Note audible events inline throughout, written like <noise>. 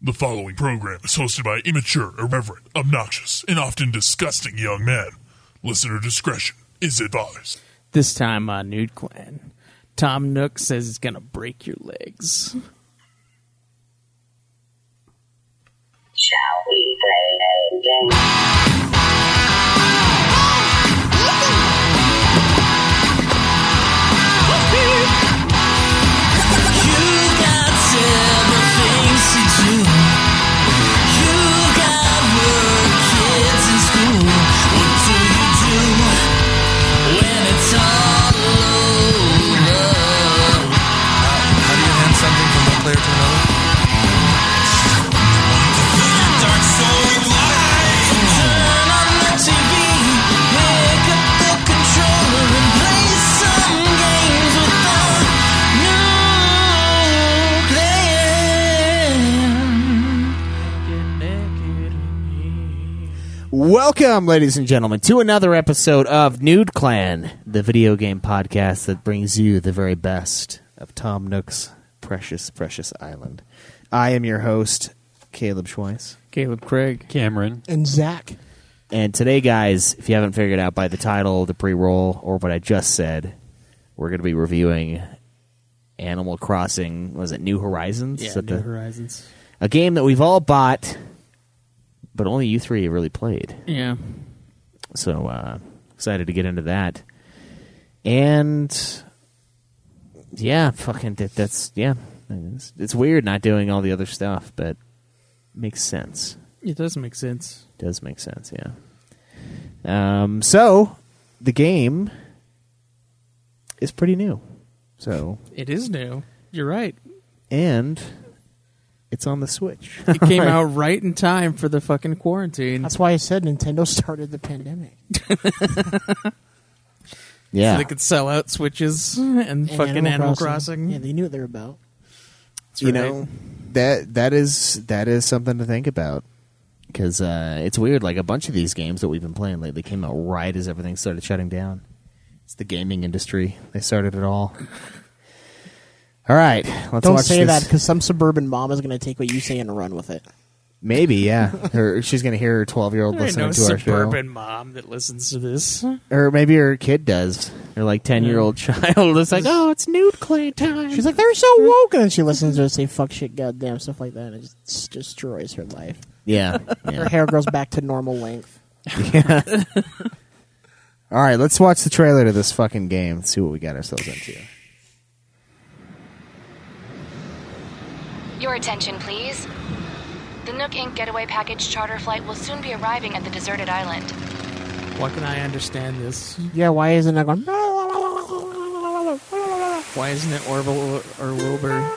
The following program is hosted by immature, irreverent, obnoxious, and often disgusting young men. Listener discretion is advised. This time on Nude Clan, Tom Nook says he's gonna break your legs. Shall we play a game? You've got several things to do. You've got work, kids in school. What do you do when it's all over? How do you hand something from one player to another? Turn on the TV, pick up the controller and play some games with the new Welcome, ladies and gentlemen, to another episode of Nude Clan, the video game podcast that brings you the very best of Tom Nook's precious, precious island. I am your host, Caleb Schweiss. Caleb Craig. Cameron. and Zach. And today, guys, if you haven't figured out by the title, the pre roll, or what I just said, we're going to be reviewing Animal Crossing. Was it New Horizons? Is that the- Horizons. a game that we've all bought, but only you three really played. Yeah. So uh, excited to get into that. And yeah, fucking that, that's yeah. It's, it's weird not doing all the other stuff, but makes sense. It does make sense. Does make sense, yeah. Um, so the game is pretty new. So It is new. You're <laughs> right. and it's on <laughs> the Switch. It came out right in time for the fucking quarantine. That's why I said Nintendo <laughs> started the pandemic. yeah. So they could sell out switches and, And fucking Animal Crossing. Yeah, they knew what they were about. That's you right. know that that is that is something to think about because uh, it's weird like a bunch of these games that we've been playing lately came out right as everything started shutting down it's the gaming industry they started it all all right let's Don't watch say that this. because some suburban mom is going to take what you say and run with it. maybe yeah her, she's gonna hear her 12 <laughs> year old There ain't listening no to suburban mom that listens to <laughs> this. our show or maybe her kid does her like 10 year old child is like oh it's nude clay time She's like, they're so woke, and then she listens to her say fuck, shit, goddamn, stuff like that, and it just, just destroys her life. yeah, Her <laughs> yeah. hair grows back to normal length. all right let's watch the trailer to this fucking game and see what we got ourselves into Your attention, please. The Nook Inc. getaway package charter flight will soon be arriving at the deserted island. Why can I understand this? Yeah, why isn't that <laughs> going? Why isn't it Orville or Wilbur?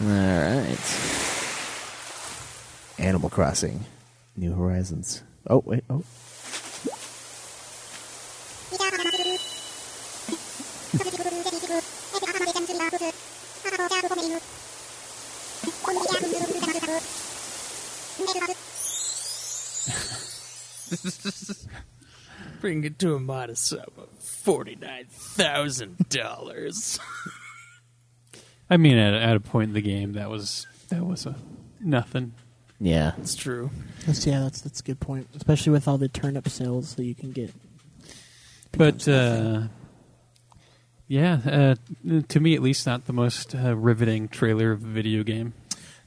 All right. Animal Crossing, New Horizons. Oh wait, oh. Bring it to a modest sum of forty-nine thousand dollars. I mean, at, at a point in the game, that was that was a nothing. Yeah, It's true. That's, yeah, that's that's a good point, especially with all the turnip sales that you can get. But uh, Yeah, uh, to me at least, not the most uh, riveting trailer of a video game.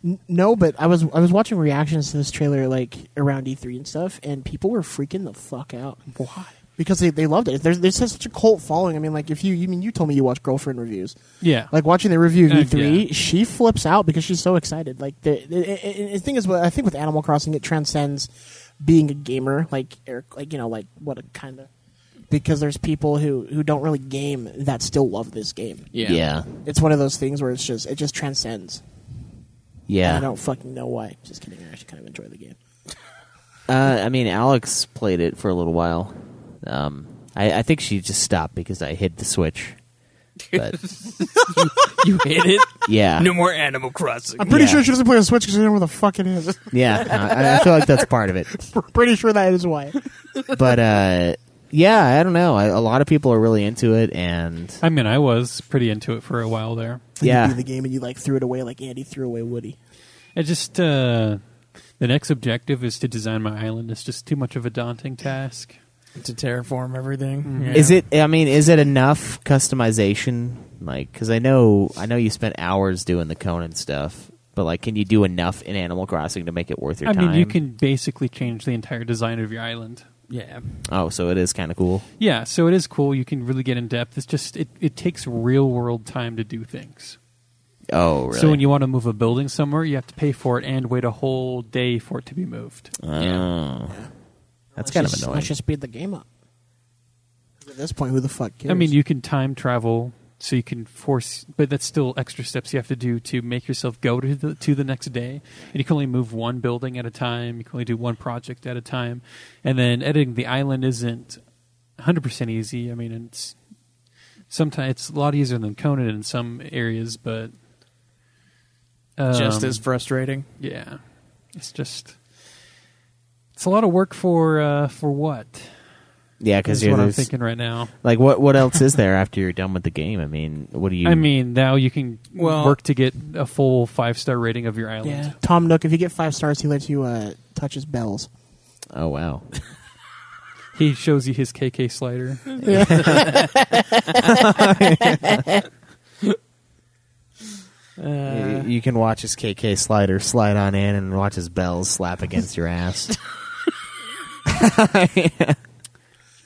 N- No, but I was I was watching reactions to this trailer like around E3 and stuff, and people were freaking the fuck out. Why? Because they, they loved it. There's there's such a cult following. I mean, like if you you mean you told me you watch girlfriend reviews, Yeah, like watching the review of Uh, E3, yeah. she flips out because she's so excited. Like the, the, the, the thing is, what I think with Animal Crossing, it transcends being a gamer, like Eric, like you know, like what a kind of because there's people who who don't really game that still love this game. Yeah. Yeah. It's one of those things where it's just it just transcends. Yeah. I don't fucking know why. Just kidding. I actually kind of enjoy the game. Uh, I mean, Alex played it for a little while. Um, I, I think she just stopped because I hid the Switch. But You hate it? yeah, No more Animal Crossing. I'm pretty Yeah. sure she doesn't play on Switch because I don't know where the fuck it is. <laughs> yeah, I, I feel like that's part of it. pretty sure that is why. But uh, yeah, I don't know. I, a lot of people are really into it, and I mean, I was pretty into it for a while there. You yeah, beat the game and you like threw it away like Andy threw away Woody. I just uh, the next objective is to design my island. It's just too much of a daunting task. to terraform everything. Mm-hmm. Is it? I mean, is it enough customization? Like, because I know, I know you spent hours doing the Conan stuff, but like, can you do enough in Animal Crossing to make it worth your I time? mean, you can basically change the entire design of your island. Yeah. Oh, so it is kind of cool. Yeah, so it is cool. You can really get in depth. It's just it, it takes real world time to do things. Oh, really? So when you want to move a building somewhere, you have to pay for it and wait a whole day for it to be moved. oh. That's Let's kind just- of annoying. Let's just speed the game up. 'Cause At this point, who the fuck cares? I mean, you can time travel, so you can force, but that's still extra steps you have to do to make yourself go to the to the next day. And you can only move one building at a time. You can only do one project at a time. And then editing the island isn't 100 percent easy. I mean, it's sometimes it's a lot easier than Conan in some areas, but um, Just as frustrating. yeah, it's just. It's a lot of work for uh, for what? yeah, because Is you're what I'm this- thinking right now. like, what what else is there after you're done with the game? I mean, what do you? I mean, now you can Well- work to get a full five star rating of your island. yeah. Tom Nook, if you get five stars, he lets you uh, touch his bells. oh wow, uh, He shows you his KK slider. you, you can watch his KK slider slide on in and watch his bells slap against your ass. <laughs>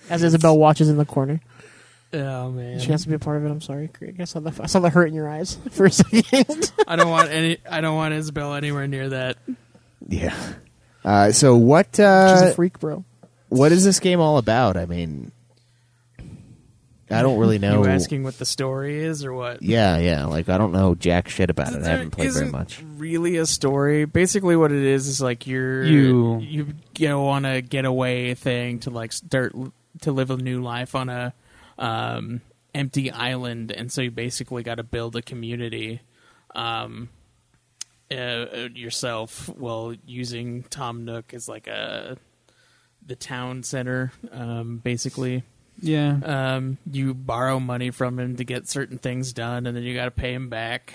As Isabel watches in the corner, Oh man. she has to be a part of it. I'm sorry, Greg. I saw the I saw the hurt in your eyes <laughs> for a second. I don't want any I don't want Isabel anywhere near that. yeah. Uh, so what? She's Uh, a freak, bro. what is this game all about? I mean, I don't really know. You asking what the story is or what? Yeah, yeah. Like I don't know jack shit about it. I There haven't played very isn't much. Really, a story. Basically, what it is is like you're You- you go on a getaway thing to like start to live a new life on a um, empty island, and so you basically got to build a community um, uh, uh, yourself while using Tom Nook as like a the town center, um, basically Yeah. um, you borrow money from him to get certain things done, and then you got to pay him back.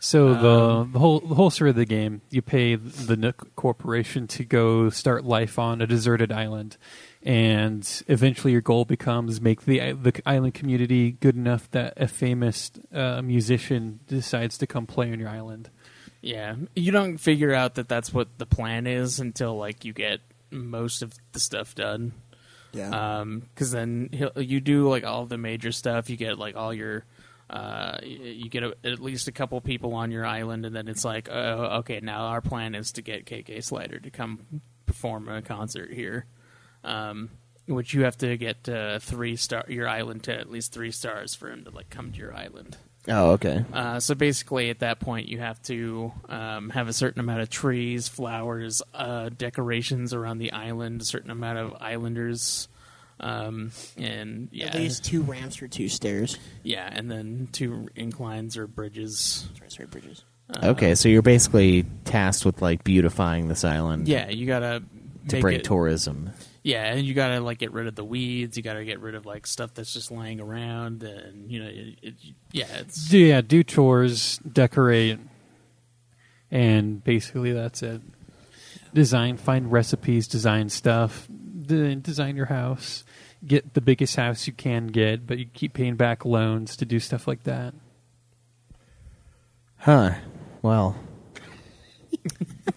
So the the whole the whole story of the game, you pay the Nook Corporation to go start life on a deserted island, and eventually your goal becomes make the the island community good enough that a famous uh, musician decides to come play on your island. Yeah, you don't figure out that that's what the plan is until like you get most of the stuff done. Yeah. Because then he'll, you do like all the major stuff. You get like all your, uh, y- you get a, at least a couple people on your island, and then it's like, oh, okay, now our plan is to get KK Slider to come perform a concert here, um, which you have to get uh, three star your island to at least three stars for him to like come to your island. Oh, okay. Uh, so basically, at that point, you have to um, have a certain amount of trees, flowers, uh, decorations around the island, a certain amount of islanders, um, and yeah, At least two ramps or two stairs. yeah, and then two inclines or bridges. Sorry, sorry, bridges. Uh, okay, so you're basically tasked with like beautifying this island. Yeah, you gotta To make bring it, tourism. Yeah, and you gotta like get rid of the weeds. You gotta get rid of like stuff that's just laying around, and you know, it, it, yeah, it's Do, yeah, do chores, decorate, and basically that's it. Design, find recipes, design stuff, de- design your house, get the biggest house you can get, but you keep paying back loans to do stuff like that. Huh. Well,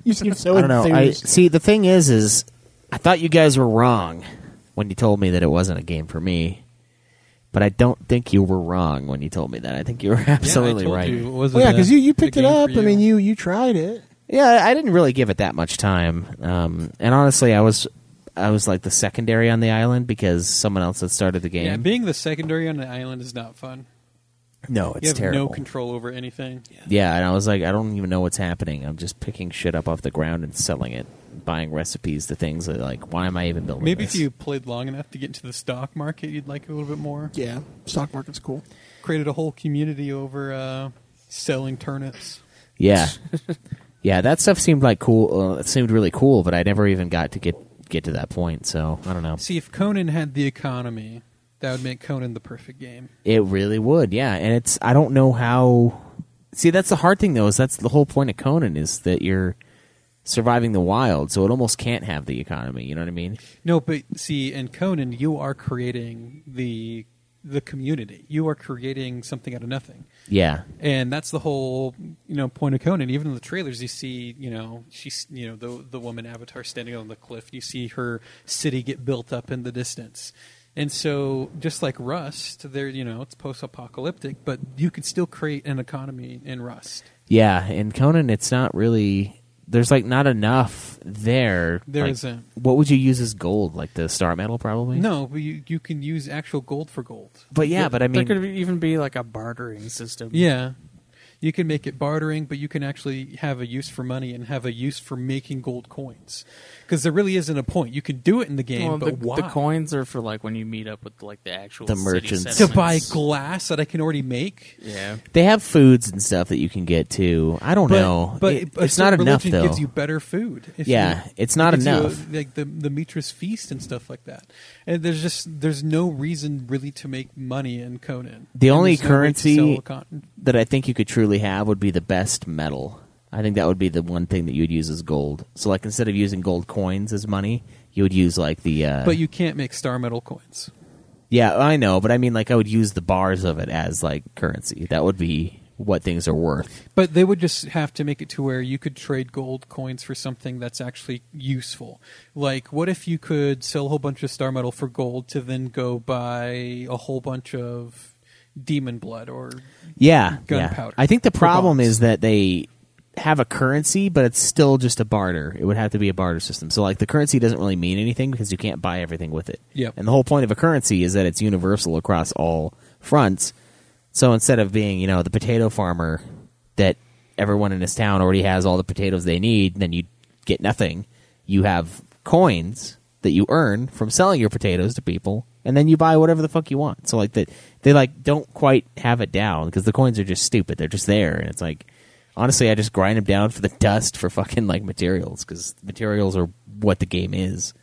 You seem so I don't know. I enthused. see. The thing is, is I thought you guys were wrong when you told me that it wasn't a game for me. But I don't think you were wrong when you told me that. I think you were <laughs> absolutely right. Well, yeah, because you, you picked it up. I mean, you you tried it. Yeah, I didn't really give it that much time. Um, and honestly, I was I was like the secondary on the island because someone else had started the game. yeah, being the secondary on an island is not fun. no, it's you have terrible. no control over anything. Yeah, and I was like, I don't even know what's happening. I'm just picking shit up off the ground and selling it, buying recipes to things that like, why am I even building? Maybe this? if you played long enough to get into the stock market, you'd like it a little bit more. Yeah, stock market's cool. Created a whole community over uh, selling turnips. <laughs> Yeah, yeah, that stuff seemed like cool. Uh, it seemed really cool, but I never even got to get get to that point. So I don't know. See, if Conan had the economy, that would make Conan the perfect game. It really would, yeah. And it's I don't know how. See, that's the hard thing though. Is that's the whole point of Conan is that you're surviving the wild, so it almost can't have the economy. You know what I mean? No, but see, in Conan, you are creating the the community. You are creating something out of nothing. Yeah, and that's the whole you know point of Conan. Even in the trailers, you see you know she's you know the the woman avatar standing on the cliff. You see her city get built up in the distance, and so just like Rust, there you know it's post apocalyptic, but you could still create an economy in Rust. yeah. In Conan, it's not really. There's like not enough there. There Like, isn't. What would you use as gold? Like the star metal, probably. No, but you you can use actual gold for gold. But yeah, but I mean, there could even be like a bartering system. Yeah. You can make it bartering, but you can actually have a use for money and have a use for making gold coins. Because there really isn't a point. You can do it in the game, Well, but the, why? the coins are for like when you meet up with like the actual The city merchants. to settlements. buy glass that I can already make. Yeah, they have foods and stuff that you can get too. I don't But, know. but It- but it's not enough religion though. Gives you better food. if Yeah, it's not gives you a- enough. like the the Mitra's feast and stuff like that. And there's just there's no reason really to make money in Conan. The And only there's no way to sell currency- Oh. a con- that I think you could truly have would be the best metal. I think that would be the one thing that you would use as gold. So, like, instead of using gold coins as money, you would use like the. Uh, but you can't make star metal coins. yeah, I know, but I mean, like, I would use the bars of it as like currency. That would be what things are worth. But they would just have to make it to where you could trade gold coins for something that's actually useful. Like, what if you could sell a whole bunch of star metal for gold to then go buy a whole bunch of demon blood or Yeah, yeah. Gunpowder. I think the For problem bombs. is that they have a currency, but it's still just a barter. It would have to be a barter system. So, like, the currency doesn't really mean anything because you can't buy everything with it. Yep. And the whole point of a currency is that it's universal across all fronts. So instead of being, you know, the potato farmer that everyone in this town already has all the potatoes they need, then you get nothing. You have coins that you earn from selling your potatoes to people, and then you buy whatever the fuck you want. So like that, they like don't quite have it down because the coins are just stupid. They're just there, and it's like. Honestly, I just grind them down for the <laughs> dust for fucking like materials because materials are what the game is.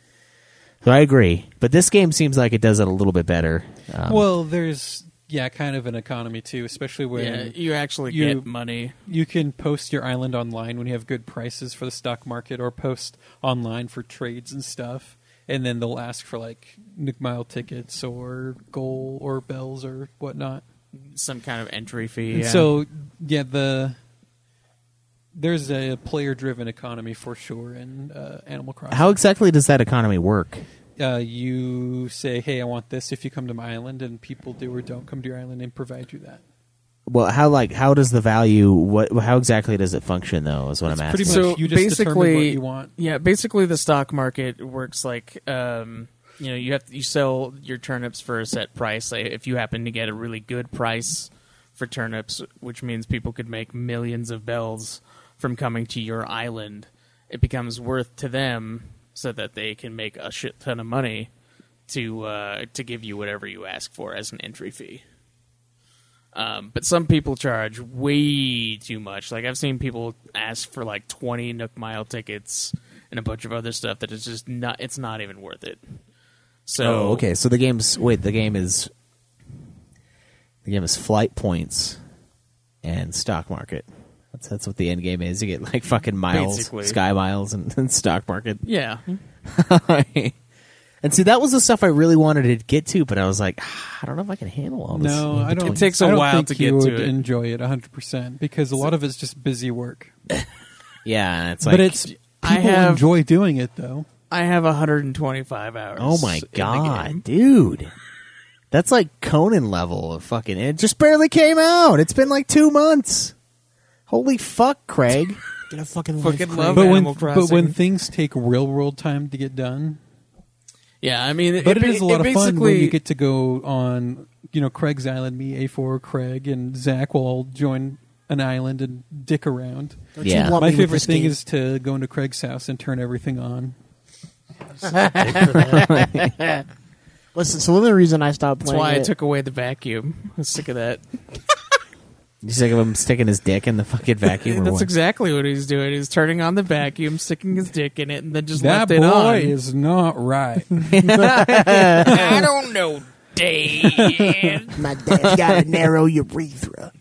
So I agree, but this game seems like it does it a little bit better. Um, well, there's yeah, kind of an economy too, especially yeah. when You actually You- get money. you can post your island online when you have good prices for the stock market, or post online for trades and stuff, and then they'll ask for like Nook Mile tickets or gold or bells or whatnot. some kind of entry fee. And yeah. so yeah, the there's a player-driven economy for sure in uh, Animal Crossing. How exactly does that economy work? uh, you say, "Hey, I want this." If you come to my island, and people do or don't come to your island and provide you that. Well, how like how does the value? What how exactly does it function though? Is what I'm asking. pretty much- you just determine what you want. Yeah, basically the stock market works like um, you know you have you sell your turnips for a set price. Like, if you happen to get a really good price for turnips, which means people could make millions of bells from coming to your island, it becomes worth to them so that they can make a shit ton of money to uh, to give you whatever you ask for as an entry fee. Um, but some people charge way too much. Like I've seen people ask for like twenty Nook Mile tickets and a bunch of other stuff that is just not. It's not even worth it. So oh, okay. So the game's wait. The game is the game is flight points and stock market. That's that's what the end game is. You get like fucking miles, <laughs> Basically. sky miles, and, and stock market. Yeah, Alright. And see, that was the stuff I really wanted to get to, but I was like, "Ah, I don't know if I can handle all this. No, I don't. It takes a I don't while think to you get to would it. Enjoy it 100 percent because a lot of it's just busy work. Yeah, and it's like, but it's people I have- enjoy doing it though. I have 125 hours. oh my in the game. god, dude, that's like Conan level of fucking. It just barely came out. It's been like two months. Holy fuck, Craig! Get a fucking, Fucking love life, Craig. But when Animal but when Crossing. things take real world time to get done, Yeah, I mean, but it is a lot of fun when you basically- get to go on you know Craig's island. Me, A4, Craig, and Zach will all join an island and dick around. Don't you Yeah. want My me with favorite this thing game? is to go into Craig's house and turn everything on. listen. So one of the reason I stopped That's playing why I it, took away the vacuum. <laughs> I'm sick of that. He's like I'm sticking his dick in the fucking vacuum. or That's what? exactly what he's doing. He's turning on the vacuum, sticking his dick in it, and then just That left it on. boy is not right. <laughs> I don't know, <laughs> Dave. my <laughs> dad's got a <laughs> narrow urethra.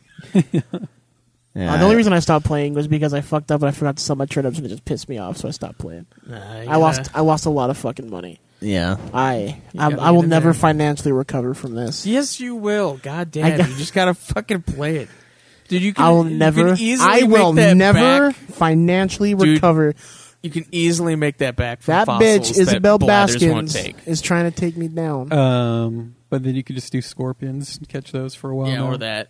Yeah, Uh, the only reason I stopped playing was because I fucked up and I forgot to sell my trade ups and it just pissed me off, so I stopped playing. I lost I lost a lot of fucking money. yeah. I I, gotta I will get in never there. financially recover from this. Yes, you will. God damn, I got- you just gotta fucking play it, dude. You can. I will you never Can easily I will make that never Back. financially Dude, recover. You can easily make that back. From That fossils bitch Isabel that blathers Won't Baskins take. is trying to take me down. Um, but then you could just do scorpions and catch those for a while. yeah, now. or that.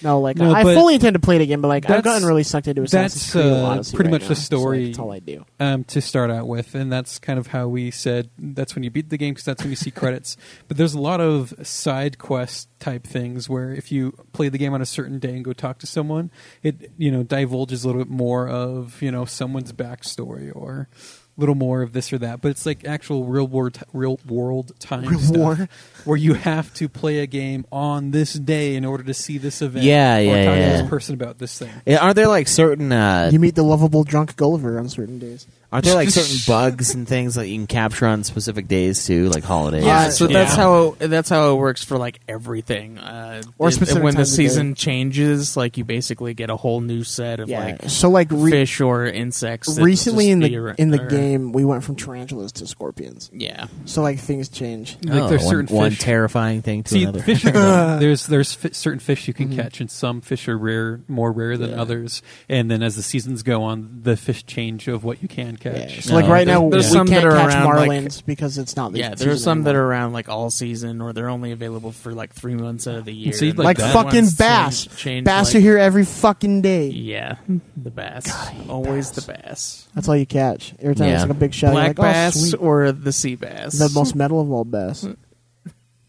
no, like no, I but fully intend to play it again, but like I've that's- gotten really sucked into Assassin's that's, Creed uh, Odyssey pretty right much now, the so, like, story. that's all I do. um, to start out with, and that's kind of how we said that's when you beat the game because that's when you <laughs> see credits. But there's a lot of side quest type things where if you play the game on a certain day and go talk to someone, it you know divulges a little bit more of you know someone's backstory or a little more of this or that. But it's like actual real world real world time Real stuff war. where you have to play a game on this day in order to <laughs> see this event. Yeah, or yeah, talk to yeah. this person about this thing. Yeah, Aren't there like certain uh, You meet the lovable drunk Gulliver on certain days. aren't there like certain bugs and things that you can capture on specific days too, like holidays? Yeah, Uh, so yeah. that's how that's how it works for like everything. Uh, Or if- specific when the times of day. season changes, like you basically get a whole new set of Yeah. like so like re- fish or insects. that recently just in be the ar- in the or- game we went from tarantulas to scorpions. Yeah, So like things change. Like Oh, there's one- certain one fish- terrifying thing to See, another. <laughs> fish <laughs> are, there's there's fi- certain fish you can catch, and some fish are rare, more rare than others. And then as the seasons go on, the fish change of what you can catch. So like No, right there's- now there's we some can't that are catch around, like- marlins because it's not the yeah. There season are some that anymore. are around like all season, or they're only available for like three months out of the year. see, and like, like that fucking one's bass. changed- changed, bass like- are here every fucking day. Yeah, the bass, always the bass, That's all you catch. Every time it's Yeah. like a big shell, black you're like, oh, bass Mm. sweet. or the sea bass. the most metal of all bass,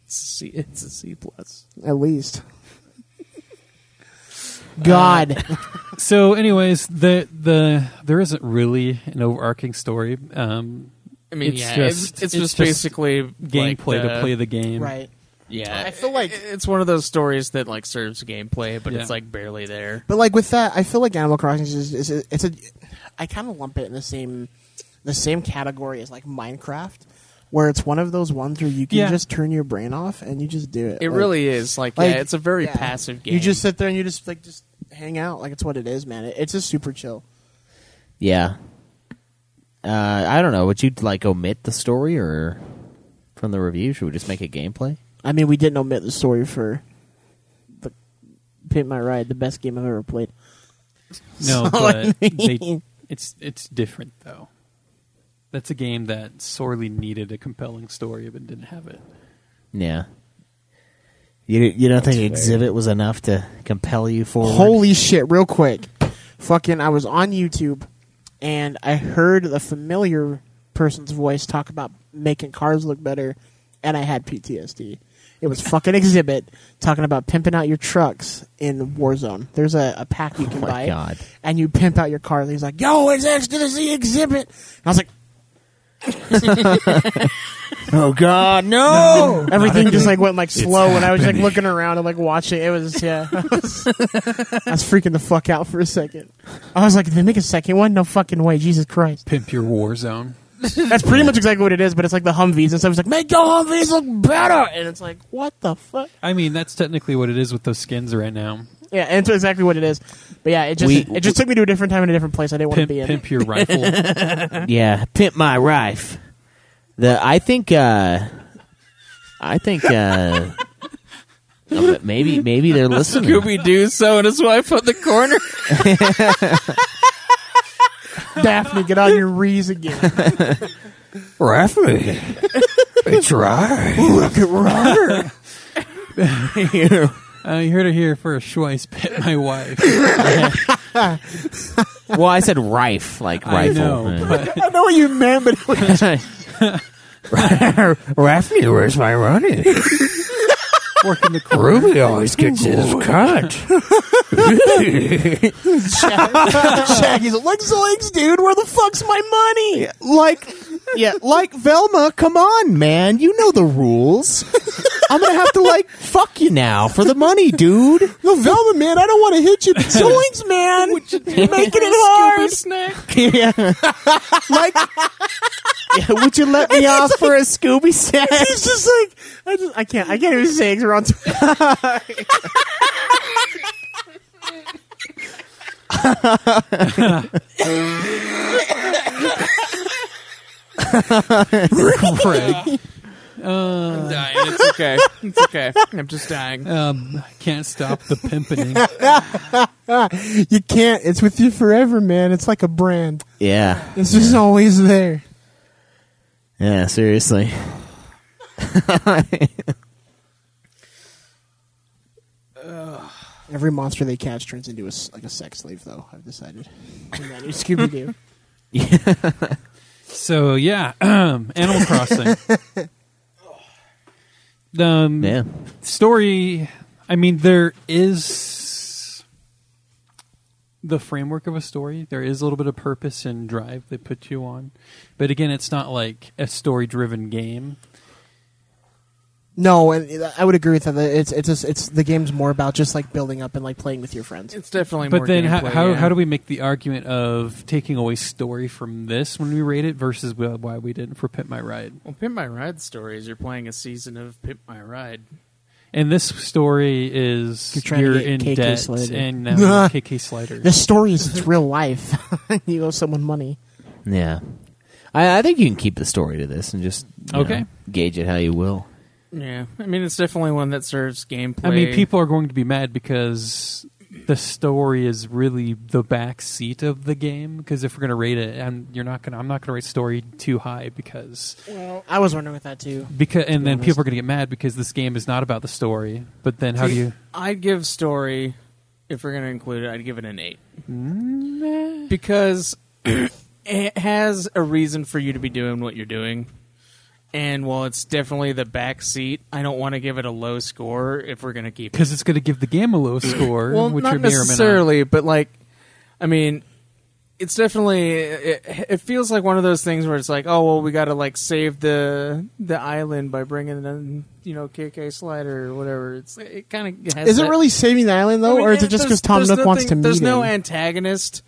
C, it's a C plus. at least. <laughs> God, <laughs> So, anyways, the the there isn't really an overarching story. Um, I mean, It's yeah, it's, just- it's, it's just just basically gameplay like to play the game, right? Yeah, I feel like- it- it's one of those stories that like serves gameplay, but Yeah. it's like barely there. But like with that, I feel like Animal Crossing is, is it's a. I kind of lump it in the same the same category as like Minecraft, where it's one of those ones where you can Yeah. just turn your brain off and you just do it. It Like- really is like, like, yeah, it's a very yeah. passive game. You just sit there and you just like just hang out. Like it's what it is, man. It, it's just super chill. Yeah. Uh, I don't know. Would you like omit the story or from the review? Should we just make a gameplay? I mean, we didn't omit the story for the Pimp My Ride, the best game I've ever played. <laughs> No, but they, mean. it's it's different though. That's a game that sorely needed a compelling story, but didn't have it. Yeah. You you don't think Exhibit was enough to compel you forward? <laughs> Holy shit! Real quick, fucking, I was on YouTube and I heard the familiar person's voice talk about making cars look better, and I had PTSD. It was <laughs> fucking exhibit talking about pimping out your trucks in Warzone. There's a, a pack you can Oh my buy, God. and you pimp out your car. And he's like, "Yo, it's ecstasy exhibit," and I was like. Oh God, no! Everything just like went like slow, and I was like looking around and like watching. It was yeah, <laughs> I was, I was freaking the fuck out for a second. I was like, "Did they make a second one? No fucking way! Jesus Christ!" Pimp your war zone. That's pretty much exactly what it is. But it's like the Humvees and stuff. It's like make your Humvees look better, and it's like what the fuck? I mean, that's technically what it is with those skins right now. Yeah, and it's exactly what it is. But yeah, it just We- it just took me to a different time in a different place. I didn't want to Pimp, be in. pimp your rifle. yeah, pimp my rife. The I think uh, I think uh, <laughs> no, but maybe maybe they're listening. Scooby Doo sewing his wife on the corner. Daphne, get on your rees again. Raffy. It's right. Uh, you heard it here first. Schweiss bit my <laughs> wife. well, I said rife like I rifle. know, but I know what you meant, but <laughs> Raffy, where's my running? working the corner. Ruby always gets his cut. <laughs> Shaggy's like, legs, legs, dude. Where the fuck's my money? like yeah, like Velma, come on, man. You know the rules. I'm gonna have to like fuck you now for the money, dude. No, Velma, man, I don't want to <laughs> hit you. But Zoinks, <laughs> man, making it hard. snack. yeah. Like Yeah, would you let me off for a Scooby snack? He's just like, I just, I can't, I can't even say it. We're <laughs> on. Craig. I'm dying. It's okay. It's okay. I'm just dying. Um, I can't stop the pimping. you can't. It's with you forever, man. It's like a brand. Yeah. It's just always there. Yeah, seriously. Every monster they catch turns into a s like a sex slave, though. I've decided. <laughs> In that new Scooby Doo. <laughs> So yeah, Animal Crossing. um, Yeah. story i mean there is the framework of a story there is a little bit of purpose and drive they put you on but again it's not like a story driven game No, and I would agree with that. It's it's just, it's the game's more about just like building up and like playing with your <laughs> friends. It's definitely. but more then how, gameplay, how, yeah. how do we make the argument of taking away story from this when we rate it versus wh- why we didn't for pit my ride Well, Pimp My Ride stories. You're playing a season of Pimp My Ride. and this story is You're you're, trying to get KK in debt Slider. <laughs> and now you're kk slider The story is its real life. <laughs> you owe someone money. Yeah. I, I think you can keep the story to this and just you Okay. know, gauge it how you will. Yeah, I mean it's definitely one that serves gameplay. I mean, people are going to be mad because the story is really the back seat of the game. Because if we're going to rate it, and you're not going, to I'm not going to rate story too high because Well, I was wondering with that too. because and then honest. people are going to get mad because this game is not about the story. But then how do you? I'd give story, if we're going to include it, I'd give it an 8. Because <clears throat> it has a reason for you to be doing what you're doing. And while it's definitely the back seat, I don't want to give it a low score if we're going to keep it. Because it's going to give the game a low score, Well, which not you're necessarily, but like, I mean, it's definitely it, it feels like one of those things where it's like, oh well, we got to like save the the island by bringing in you know KK Slider or whatever. It's it kind of Is it really saving the island though, I mean, or is it there's- just because Tom there's Nook wants to nothing- meet There's no him? antagonist,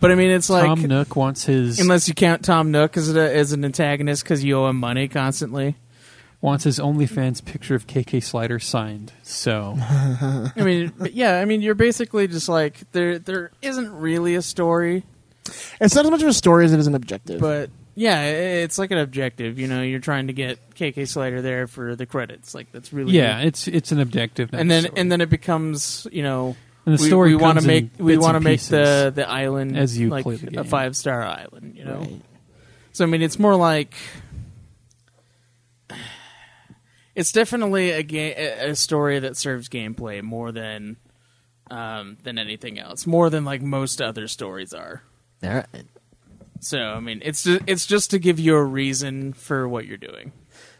but I mean, it's like Tom Nook wants his unless you count Tom Nook as, a, as an antagonist because you owe him money constantly. wants his OnlyFans picture of KK Slider signed. <laughs> So I <laughs> mean, but yeah, I mean, you're basically just like there. There isn't really a story, It's not as much of a story as it is an objective. but yeah, i- it's like an objective. You know, you're trying to get KK Slater there for the credits. Like that's really yeah, it's it's an objective. not And then story. and then it becomes you know. And the we- story we, want to comes make in we bits want to and make the pieces the island as you like play the a game. five star island, you know. So I mean, it's more like it's definitely a game, a a story that serves gameplay more than um, than anything else, more than like most other stories are. All right. So I mean, it's just, it's just to give you a reason for what you're doing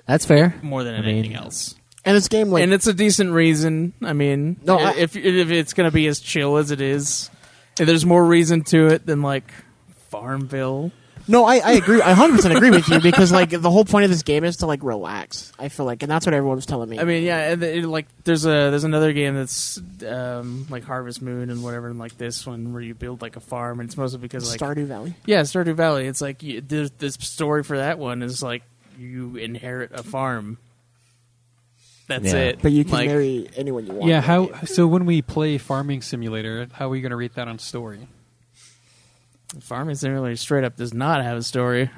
That's fair. more than I mean, anything else. and this game, like, and it's a decent reason. I mean, No, i- I- if if it's gonna be as chill as it is, if there's more reason to it than like Farmville. no, I, I agree. I hundred percent agree with you because like the whole point of this game is to like relax. I feel like, and that's what everyone was telling me. I mean, yeah, and it, like there's a there's another game that's um, like Harvest Moon and whatever, and like this one where you build like a farm, and it's mostly because like Stardew Valley. yeah, Stardew Valley. It's like you, the the story for that one is like you inherit a farm. That's Yeah. it. But you can Like, marry anyone you want. yeah, in that how game. so when we play Farming Simulator, how are you going to rate that on story? Farming Simulator straight up does not have a story.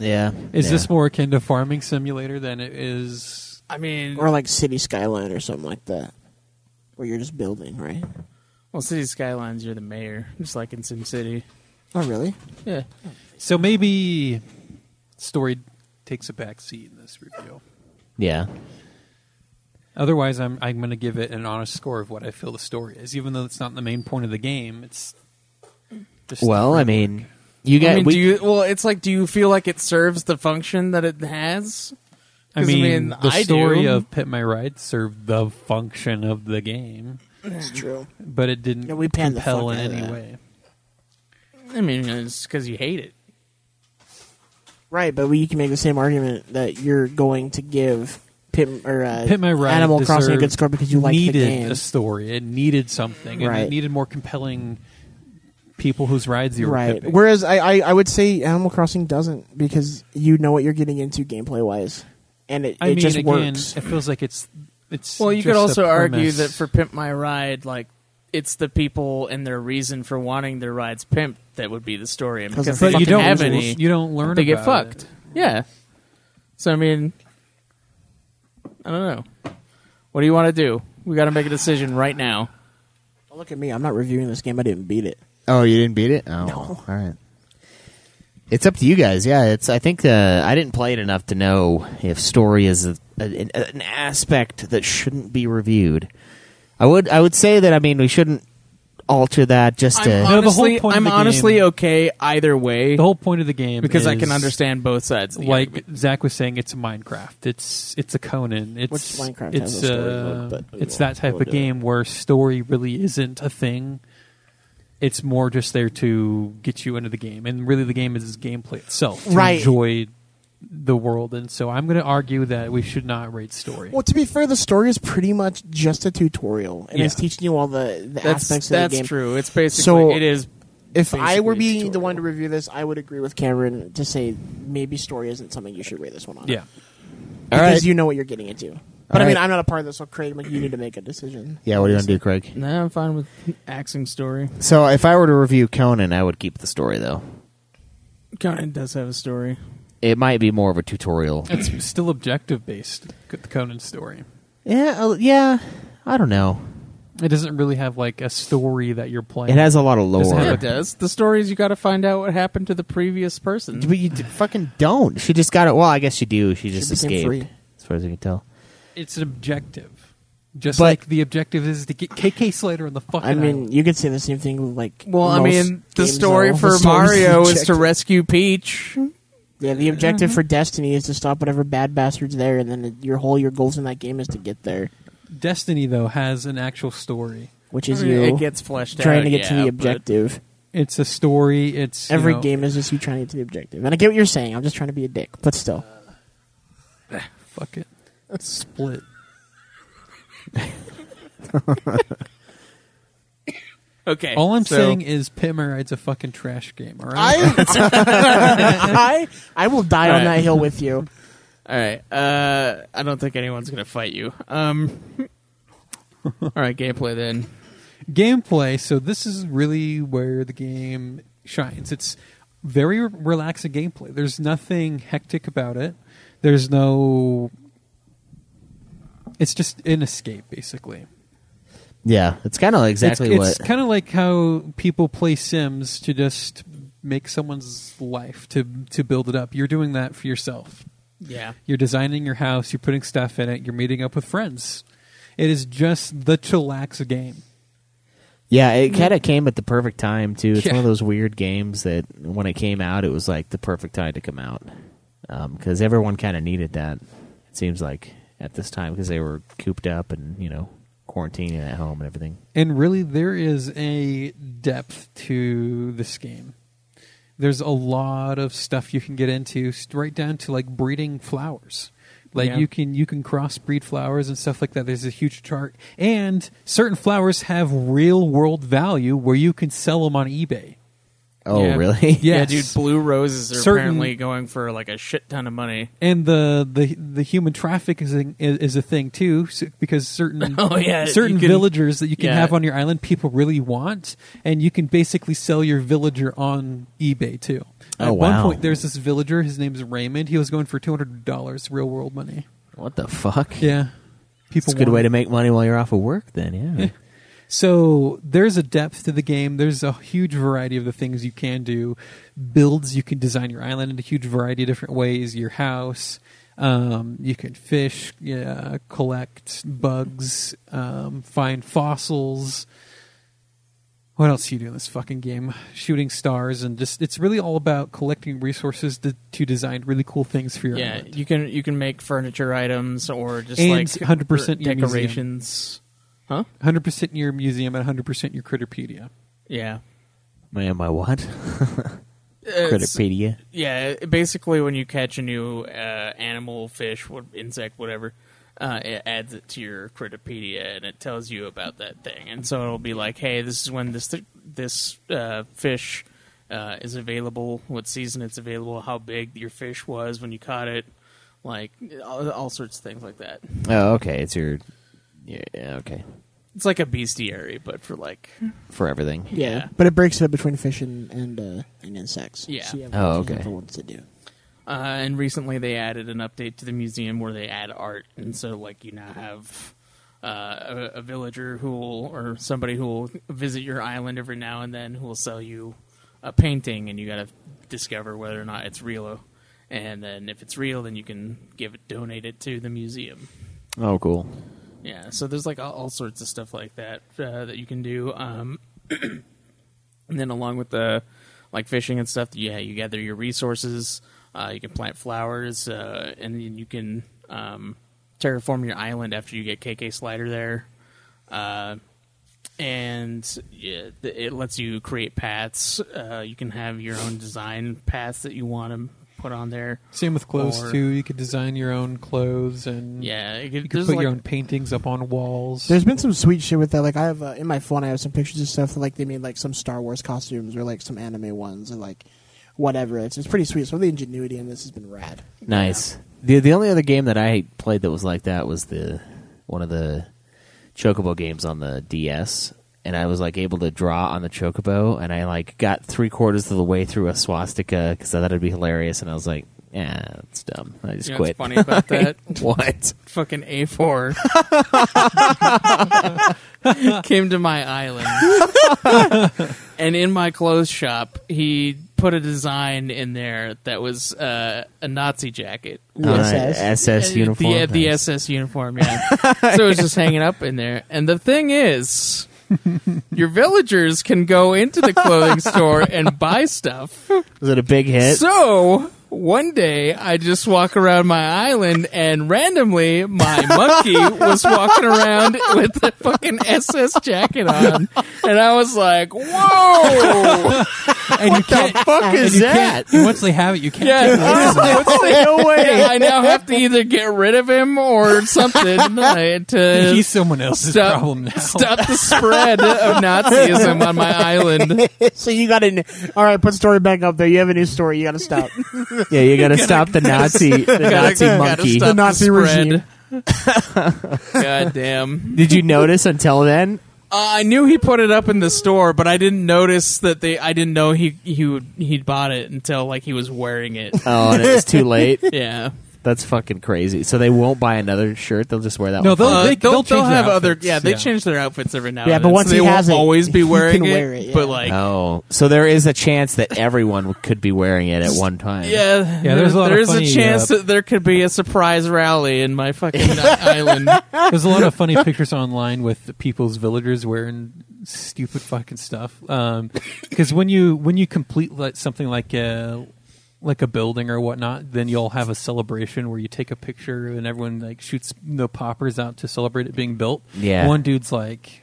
Yeah. Is Yeah. this more akin to Farming Simulator than it is? I mean, or like City Skyline or something like that, where you're just building, right? well, City Skylines, you're the mayor, just like in Sim City. Oh, really? Yeah. So maybe story takes a back seat in this review. Yeah. Otherwise, I'm I'm going to give it an honest score of what I feel the story is, even though it's not the main point of the game. It's just Well, I mean, you got. I mean, we, do you? Well, it's like, do you feel like it serves the function that it has? I 'Cause, I mean, mean, the I story do. of Pit My Ride served the function of the game, It's true. but it didn't Yeah, we panned the compel fuck in out of any that. way. I mean, it's because you hate it. Right, but we, you can make the same argument that you're going to give Pit or uh, Pit My Ride Animal Crossing a deserved- good score because you like the needed game. a story. It needed something, and Right. it needed more compelling people whose rides you were Right. pipping. Whereas I, I, I would say Animal Crossing doesn't because you know what you're getting into gameplay wise, and it, I it mean, just again, works. it feels like it's it's. Well, you just could a also argue premise. that for Pimp My Ride, like it's the people and their reason for wanting their rides pimped that would be the story, and 'Cause because they're they but you fucking don't have any, you don't learn they get about fucked. it. Yeah. So I mean, I don't know. What do you want to do? We got to make a decision right now. Look at me, I'm not reviewing this game. I didn't beat it. oh, you didn't beat it. Oh, all right. It's up to you guys. Yeah, it's. I think uh, I didn't play it enough to know if story is a, an, an aspect that shouldn't be reviewed. I would. I would say that. I mean, we shouldn't alter that just to. I'm No, the whole honestly, point of I'm the game- honestly okay either way The whole point of the game because I can is, understand both sides. of the Like argument. Zach was saying, it's Minecraft. It's it's a Conan. It's Which Minecraft It's has a story uh, mode, but we won't it's that type go of into game where story really isn't a thing. It's more just there to get you into the game, and really the game is gameplay itself. To Right. Enjoy the world, and so I'm going to argue that we should not rate story. Well, to be fair, the story is pretty much just a tutorial, and it's Yeah. teaching you all the, the that's aspects of that's the game. true. It's basically So- it is. If I were Basically, being the tutorial. <laughs> one to review this, I would agree with Cameron to say maybe story isn't something you should rate this one on. Yeah. all because right. you know what you're getting into. But I mean, right. I'm not a part of this, so Craig, like, you need to make a decision. yeah. What do you want to do, Craig? No, I'm fine with axing story. So, if I were to review Conan, I would keep the story though. Conan does have a story. It might be more of a tutorial. It's still objective based. The Conan story. yeah. uh, Yeah. I don't know. It doesn't really have like a story that you're playing. It has a lot of lore. Does it have Yeah, Or- it does. The story is you got to find out what happened to the previous person. But you d- fucking don't. She just got it. Well, I guess you do. She just became escaped, free. as far as we can tell. it's an objective. Just But- like the objective is to get KK Slater in the fucking. I mean, island. you could say the same thing with like. Well, I most mean, the games, story though. for <laughs> The story's Mario is to Mm-hmm. objective. rescue Peach. Yeah, the objective for Destiny is to stop whatever bad bastards there, and then it- your whole your goals in that game is to get there, Destiny though has an actual story. which is I mean, you it gets fleshed trying out, to get to yeah, the but- objective. It's a story. It's you Every know, game is just you trying to get to the objective, and I get what you're saying. I'm just trying to be a dick, but still, <laughs> Fuck it. Split. Okay. All I'm so- saying is Pitman Ride's a fucking trash game. All right. I, I I will die All on right. that hill with you. All right. Uh, I don't think anyone's gonna fight you. Um. <laughs> all right, gameplay then. Gameplay. So this is really where the game shines. It's very re- relaxing gameplay. There's nothing hectic about it. There's no. It's just an escape, basically. Yeah, it's kind of exactly it's, what. It's kind of like how people play Sims to just make someone's life to to build it up. You're doing that for yourself. Yeah. You're designing your house. You're putting stuff in it. You're meeting up with friends. It is just the chillax game. yeah, it kind of came at the perfect time too. It's Yeah. one of those weird games that when it came out, it was like the perfect time to come out because everyone kind of needed that. It seems like at this time because they were cooped up and you know quarantining at home and everything. And really, there is a depth to this game. There's a lot of stuff you can get into, st- right down to like breeding flowers. Like Yeah. you can you can crossbreed flowers and stuff like that. There's a huge chart, and certain flowers have real world value where you can sell them on eBay. Oh, Yeah. really? Yeah, Yes. dude, blue roses are Certain- apparently going for like a shit ton of money. and the the the human trafficking is a, is a thing too so- because certain <laughs> Oh, yeah, certain you can- villagers that you can yeah. have on your island people really want and you can basically sell your villager on eBay too. Oh, At wow. one point there's this villager his name's Raymond he was going for $200 real world money. What the fuck? Yeah. It's People a good want way it. to make money while you're off of work, then, yeah. So there's a depth to the game. There's a huge variety of the things you can do, builds you can design your island in a huge variety of different ways. Your house, um, you can fish, yeah, collect bugs, um, find fossils. What else you do in this fucking game? Shooting stars and just—it's really all about collecting resources to, to design really cool things for your Yeah, island. you can you can make furniture items or just And like 100% your museum. decorations. Huh? Hundred percent your museum and hundred percent your Critterpedia. Yeah. Man, my what? It's- Creditpedia. yeah, basically when you catch a new uh, animal, fish, what insect, whatever, uh, it adds it to your Critopedia and it tells you about that thing. And so it'll be like, hey, this is when this th- this uh, fish uh, is available, what season it's available, how big your fish was when you caught it, like all, all sorts of things like that. Oh, okay. It's your. Yeah, yeah, okay. It's like a bestiary, but for like For everything. Yeah. Yeah. but it breaks it up between fish and and, uh, and insects. Yeah. So you have Oh, you okay. have the ones to do. Uh, and recently they added an update to the museum where they add art, and so like you now have uh, a, a villager who will, or somebody who will visit your island every now and then who will sell you a painting, and you got to discover whether or not it's real. And then if it's real, then you can give it, donate it to the museum. Oh, cool. Yeah, so there's like all, all sorts of stuff like that uh, that you can do. Um, <clears throat> and then along with the like fishing and stuff, yeah, you gather your resources. Uh, you can plant flowers, uh, and then you can um, terraform your island after you get KK Slider there. Uh, and yeah, th- it lets you create paths. Uh, you can have your own design paths that you want to put on there. Same with clothes Or- too. You could design your own clothes and Yeah, it, You could there's put like, your own paintings up on walls. There's been some sweet shit with that. Like I have uh, in my phone, I have some pictures of stuff that, like they made like some Star Wars costumes or like some anime ones or like whatever. It's it's pretty sweet. So the ingenuity in this has been rad. Nice. The the only other game that I played that was like that was the one of the chocobo games on the DS and I was like able to draw on the chocobo and I like got 3 quarters of the way through a swastika cuz I thought it'd be hilarious and I was like, "Yeah, that's dumb." I just You know, quit. what's funny <laughs> about that. <laughs> what? fucking A4 came to my island. and in my clothes shop, he put a design in there that was uh, a Nazi jacket. Uh, USS. SS uniform. The, the Nice. SS uniform, yeah. so it was just hanging up in there. And the thing <laughs> is, your villagers can go into the clothing store and buy stuff. Was it a <laughs> big hit? So one day I just walk around my island and randomly my <laughs> monkey was walking around with the fucking SS jacket on. And I was like, <laughs> whoa! and you can't. fuck and is you can't- and once they have it, you can't. Yeah, take it <laughs> away. no way. I now have to either get rid of him or something <laughs> uh, to He's someone else's Stop- problem now. stop the spread of Nazism on my <laughs> island. <laughs> so you got to all right. Put story back up there. You have a new story. You got to stop. Yeah, you gotta, stop the Nazi, the Nazi gotta monkey. stop The <laughs> Nazi regime. God damn. Did you notice until then? Uh, I knew he put it up in the store, but I didn't notice that they. I didn't know he he would, he'd bought it until like he was wearing it. Oh, and it was too late. yeah. That's fucking crazy. So they won't buy another shirt; they'll just wear that. No, one. they'll, Uh, they, they'll, they'll, they'll change have their other. outfits, Yeah, they change their outfits every now. Yeah, and but then, once so he they has it, won't always be he wearing can it, wear it, But yeah. like, Oh, so there is a chance that everyone could be wearing it at one time. yeah, there- there's a lot of there's funny, a chance uh, that there could be a surprise rally in my fucking island. There's a lot of funny pictures online with the people's villagers wearing stupid fucking stuff. Because when you when you complete like, something like a like a building or whatnot, then you'll have a celebration where you take a picture and everyone like shoots the poppers out to celebrate it being built. Yeah. One dude's like.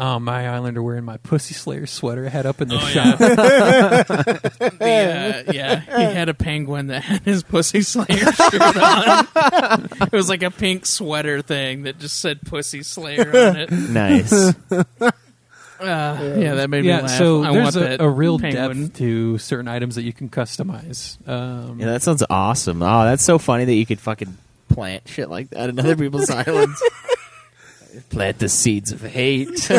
Oh, my islander wearing my pussy slayer sweater I had up in the shop. The, uh, yeah, he had a penguin that had his pussy slayer shirt on. it was like a pink sweater thing that just said pussy slayer on it. Nice. yeah, that made me yeah, laugh. so I there's want that a, a real penguin. depth to certain items that you can customize. Um, Yeah, that sounds awesome. Oh, that's so funny that you could fucking plant shit like that in other people's islands. Plant the seeds of hate.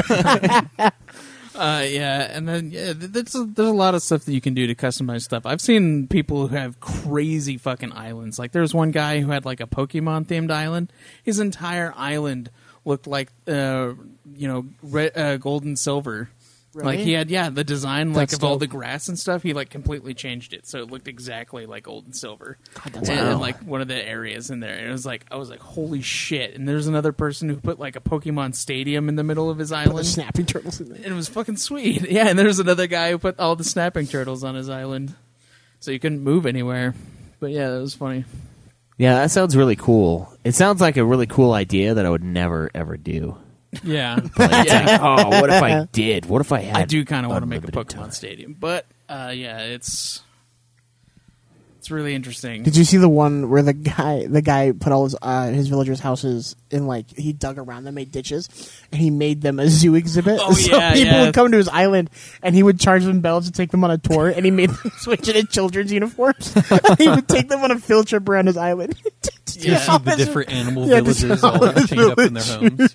Uh, yeah, and then yeah, th- there's a, there's a lot of stuff that you can do to customize stuff. I've seen people who have crazy fucking islands. Like there was one guy who had like a Pokemon themed island. His entire island looked like uh, you know re- uh, gold and silver. Like he had yeah the design like That's of all dope. the grass and stuff. He like completely changed it so it looked exactly like gold and silver. that's and, cool. and, like one of the areas in there, and it was like I was like holy shit. And there's another person who put like a Pokemon stadium in the middle of his Put the island snapping turtles in there. it was fucking sweet. <laughs> Yeah, and there was another guy who put all the snapping turtles on his island, so you couldn't move anywhere. But yeah, that was funny. yeah, that sounds really cool. It sounds like a really cool idea that I would never ever do. <laughs> Yeah, But it's like, oh, what if I did? What if I had? I do kind of want to make a Pokemon unlimited time? stadium, but uh, yeah, it's it's really interesting. Did you see the one where the guy the guy put all his uh, his villagers' houses in like he dug around them, made ditches, and he made them a zoo exhibit. <laughs> Oh, <laughs> so yeah, people yeah. would come to his island, and he would charge them bells to take them on a tour, and he made them <laughs> switch into children's uniforms. <laughs> he would take them on a field trip around his island. <laughs> you see the <laughs> different animal villages all chained up in their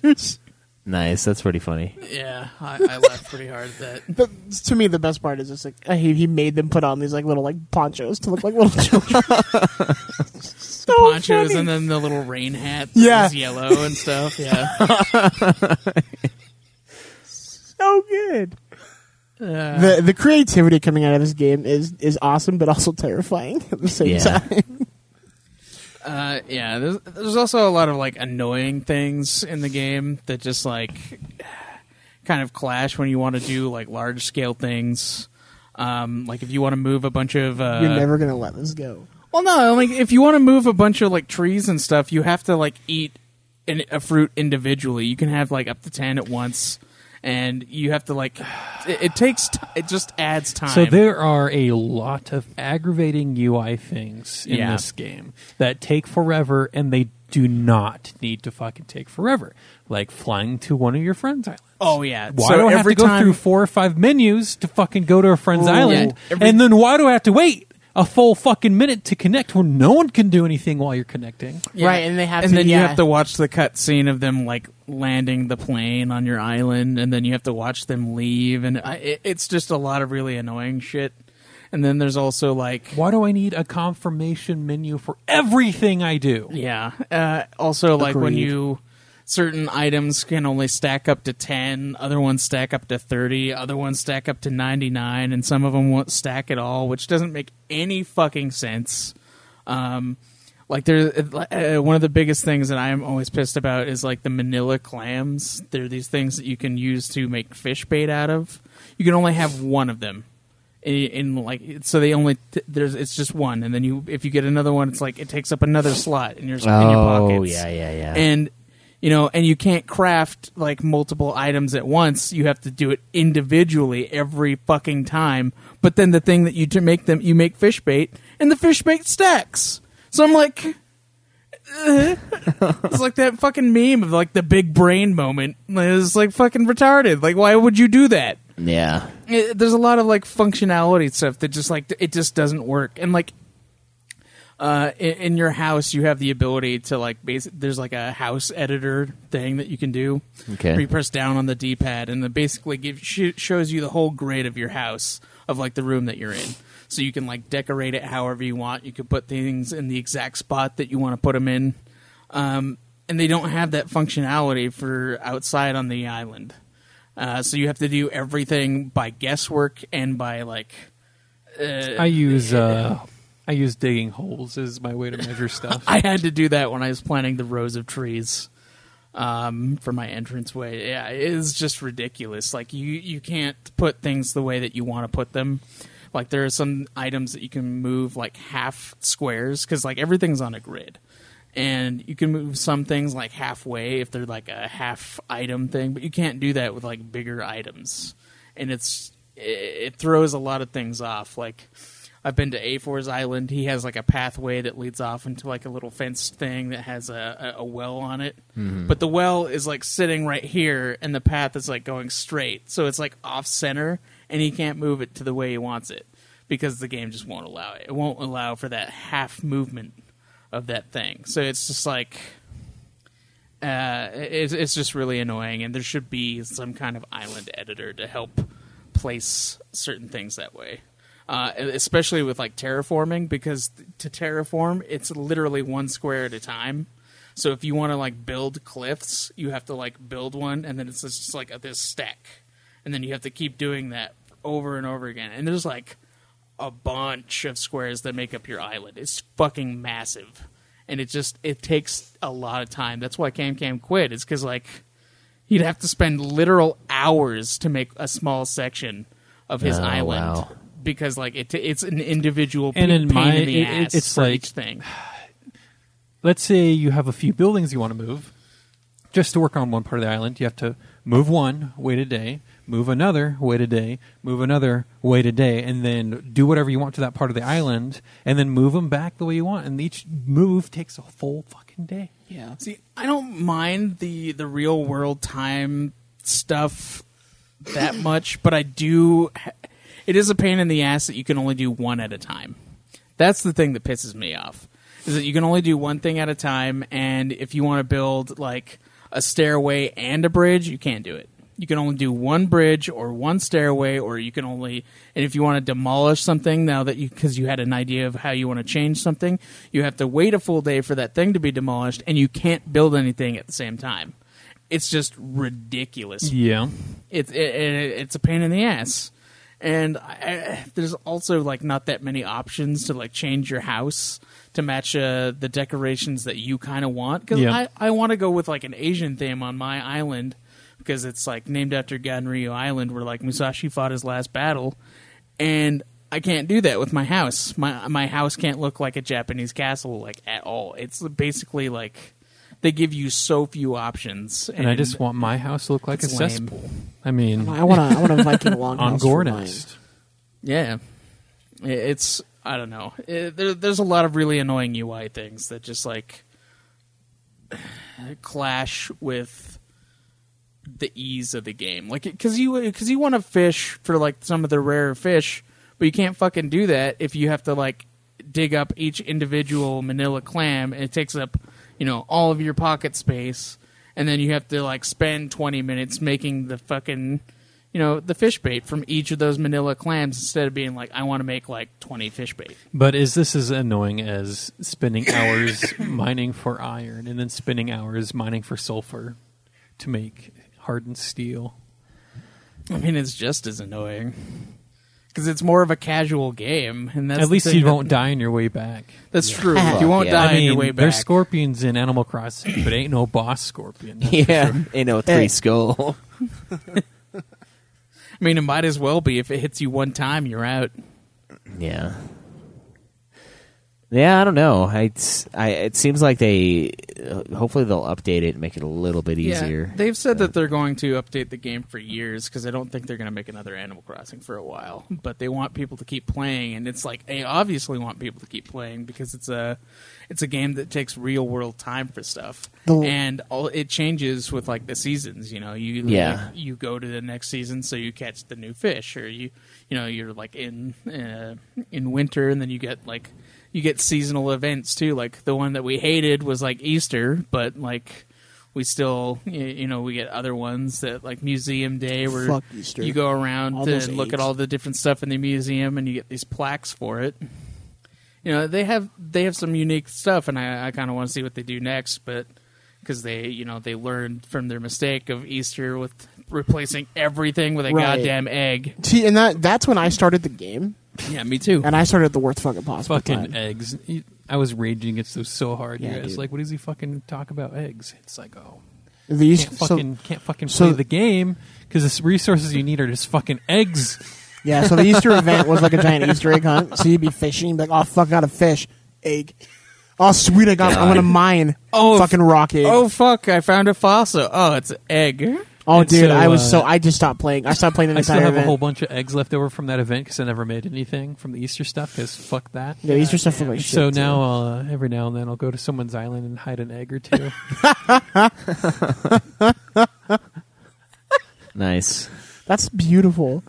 homes. Nice. That's pretty funny. yeah, I, I laughed pretty hard at <laughs> that. But to me, <laughs> the best part is just like uh, he, he made them put on these like little like ponchos to look like little <laughs> children. <laughs> so Ponchos funny. and then the little rain hat, that Yeah. was yellow and stuff. Yeah, <laughs> so good. the the creativity coming out of this game is is awesome, but also terrifying at the same Yeah. time. <laughs> Uh, yeah, there's, there's also a lot of like annoying things in the game that just like <sighs> kind of clash when you want to do like large scale things. Um, like if you want to move a bunch of uh, You're never gonna let this go. well, no, like if you want to move a bunch of like trees and stuff, you have to like eat an, a fruit individually. You can have like up to ten at once, and you have to like <sighs> it, it takes t- it just adds time. So there are a lot of aggravating UI things in Yeah. this game that take forever, and they do not need to fucking take forever. Like flying to one of your friends' islands. Oh yeah. Why so do I have every to go time, through four or five menus to fucking go to a friend's island? Every- and then why do I have to wait a full fucking minute to connect where no one can do anything while you're connecting? Yeah. Right, and they have and to- then you yeah. have to watch the cutscene of them like landing the plane on your island, and then you have to watch them leave, and I, it, it's just a lot of really annoying shit. And then there's also like, Why do I need a confirmation menu for everything I do? yeah, uh, also like when you certain items can only stack up to ten, other ones stack up to thirty, other ones stack up to ninety nine, and some of them won't stack at all, which doesn't make any fucking sense. Um, like there, uh, one of the biggest things that I am always pissed about is like the Manila clams. They're these things that you can use to make fish bait out of. You can only have one of them. In, in like so they only there's it's just one and then you if you get another one it's like it takes up another slot in your in your Oh, pockets yeah, yeah, yeah. and you know and you can't craft like multiple items at once you have to do it individually every fucking time but then the thing that you do make them you make fish bait and the fish bait stacks so i'm like eh. it's like that fucking meme of like the big brain moment it's like fucking retarded like why would you do that Yeah. it, there's a lot of like functionality stuff that just like it just doesn't work and like uh, in, in your house you have the ability to like basic, there's like a house editor thing that you can do Okay. where you press down on the d-pad and it basically gives sh- shows you the whole grid of your house of like the room that you're in so you can like decorate it however you want you can put things in the exact spot that you want to put them in um, and they don't have that functionality for outside on the island uh, so you have to do everything by guesswork and by like I use uh, I use digging holes as my way to measure stuff. <laughs> <laughs> I had to do that when I was planting the rows of trees um, for my entranceway. Yeah, it is just ridiculous. Like you, you can't put things the way that you want to put them. Like there are some items that you can move like half squares because like everything's on a grid, and you can move some things like halfway if they're like a half item thing, but you can't do that with like bigger items, and it's it, it throws a lot of things off. Like I've been to A4's Island. He has like a pathway that leads off into like a little fenced thing that has a, a, a well on it. But the well is like sitting right here, and the path is like going straight. So it's like off center, and he can't move it to the way he wants it because the game just won't allow it. It won't allow for that half movement of that thing. So it's just like. Uh, it's, it's just really annoying, and there should be some kind of island editor to help place certain things that way. Uh, especially with like terraforming, because to terraform, it's literally one square at a time. So if you want to like build cliffs, you have to like build one, and then it's just like this stack, and then you have to keep doing that over and over again. And there's like a bunch of squares that make up your island. It's fucking massive, and it just it takes a lot of time. That's why Cam Cam quit. It's because like he'd have to spend literal hours to make a small section of his Oh, island wow. because like it it's an individual And pa- in pain my- in the it- it- ass it's for like- each <sighs> thing. let's say you have a few buildings you want to move just to work on one part of the island you have to move one wait a day move another wait a day move another wait a day and then do whatever you want to that part of the island and then move them back the way you want and each move takes a full fucking day Yeah. See, I don't mind the the real world time stuff that much, but I do. It is a pain in the ass that you can only do one at a time. That's the thing that pisses me off. Is that you can only do one thing at a time, and if you want to build like a stairway and a bridge, you can't do it. You can only do one bridge or one stairway, or you can only. And if you want to demolish something now that you because you had an idea of how you want to change something, you have to wait a full day for that thing to be demolished, and you can't build anything at the same time. It's just ridiculous yeah it's it, it, it's a pain in the ass and I, there's also like not that many options to like change your house to match uh, the decorations that you kind of want because Yeah. i, I want to go with like an asian theme on my island because it's like named after ganryu island where like musashi fought his last battle and i can't do that with my house my my house can't look like a japanese castle like at all it's basically like they give you so few options and, i just want my house to look like a It's lame. cesspool i mean I want to. I want a <laughs> Viking longhouse. on for gore mine. next Yeah, I- it's I don't know. I- there, there's a lot of really annoying UI things that just like <sighs> clash with the ease of the game. Like because you because you want to fish for like some of the rarer fish, but you can't fucking do that if you have to like dig up each individual Manila clam and it takes up you know all of your pocket space, and then you have to like spend twenty minutes making the fucking you know the fish bait from each of those Manila clams instead of being like I want to make like twenty fish bait. But is this as annoying as spending hours <coughs> mining for iron and then spending hours mining for sulfur to make hardened steel? I mean, it's just as annoying because it's more of a casual game, and that's At the least thing you that- won't die on your way back. That's <laughs> true. you won't yeah. die I on your mean, way back. there's scorpions in Animal Crossing, but ain't no <laughs> boss scorpion. that's for Yeah, sure. you know, three Hey. skull. I mean, it might as well be. If it hits you one time, you're out. Yeah. Yeah, I don't know. I, it's- I it seems like they uh, hopefully they'll update it and make it a little bit easier. they've said that they're going to update the game for years because I don't think they're going to make another Animal Crossing for a while. But they want people to keep playing, and it's like they obviously want people to keep playing because it's a it's a game that takes real world time for stuff, The- and all it changes with like the seasons. You know, you like, Yeah. you go to the next season so you catch the new fish, or you you know you're like in uh, in winter and then you get like you get seasonal events too. Like the one that we hated was like Easter, but like we still y- you know we get other ones that like museum day where Fuck Easter. you go around All those and look at apes. all the different stuff in the museum and you get these plaques for it you know they have they have some unique stuff and i, I kind of want to see what they do next but because they you know they learned from their mistake of easter with replacing everything with a Right. goddamn egg See, and that that's when I started the game, yeah me too and I started the worst fucking possible Fucking time. eggs. I was raging against those so hard. Yeah, you guys dude. like, what does he fucking talk about eggs? It's like, oh, The use- can't so- fucking can't fucking so- play the game because the resources you need are just fucking eggs. yeah, so the <laughs> Easter event was like a giant Easter egg hunt. So you'd be fishing, like, oh fuck, I got a fish egg. Oh sweet, I got, I'm gonna mine. Oh, fucking rock egg. oh fuck i found a fossil oh it's an egg Oh, And dude, so, I was uh, so I just stopped playing. I stopped playing the I still entire have event. a whole bunch of eggs left over from that event because I never made anything from the Easter stuff. Because fuck that. yeah, Easter stuff looked like shit. So too. now, uh, every now and then, I'll go to someone's island and hide an egg or two. <laughs> Nice. that's beautiful.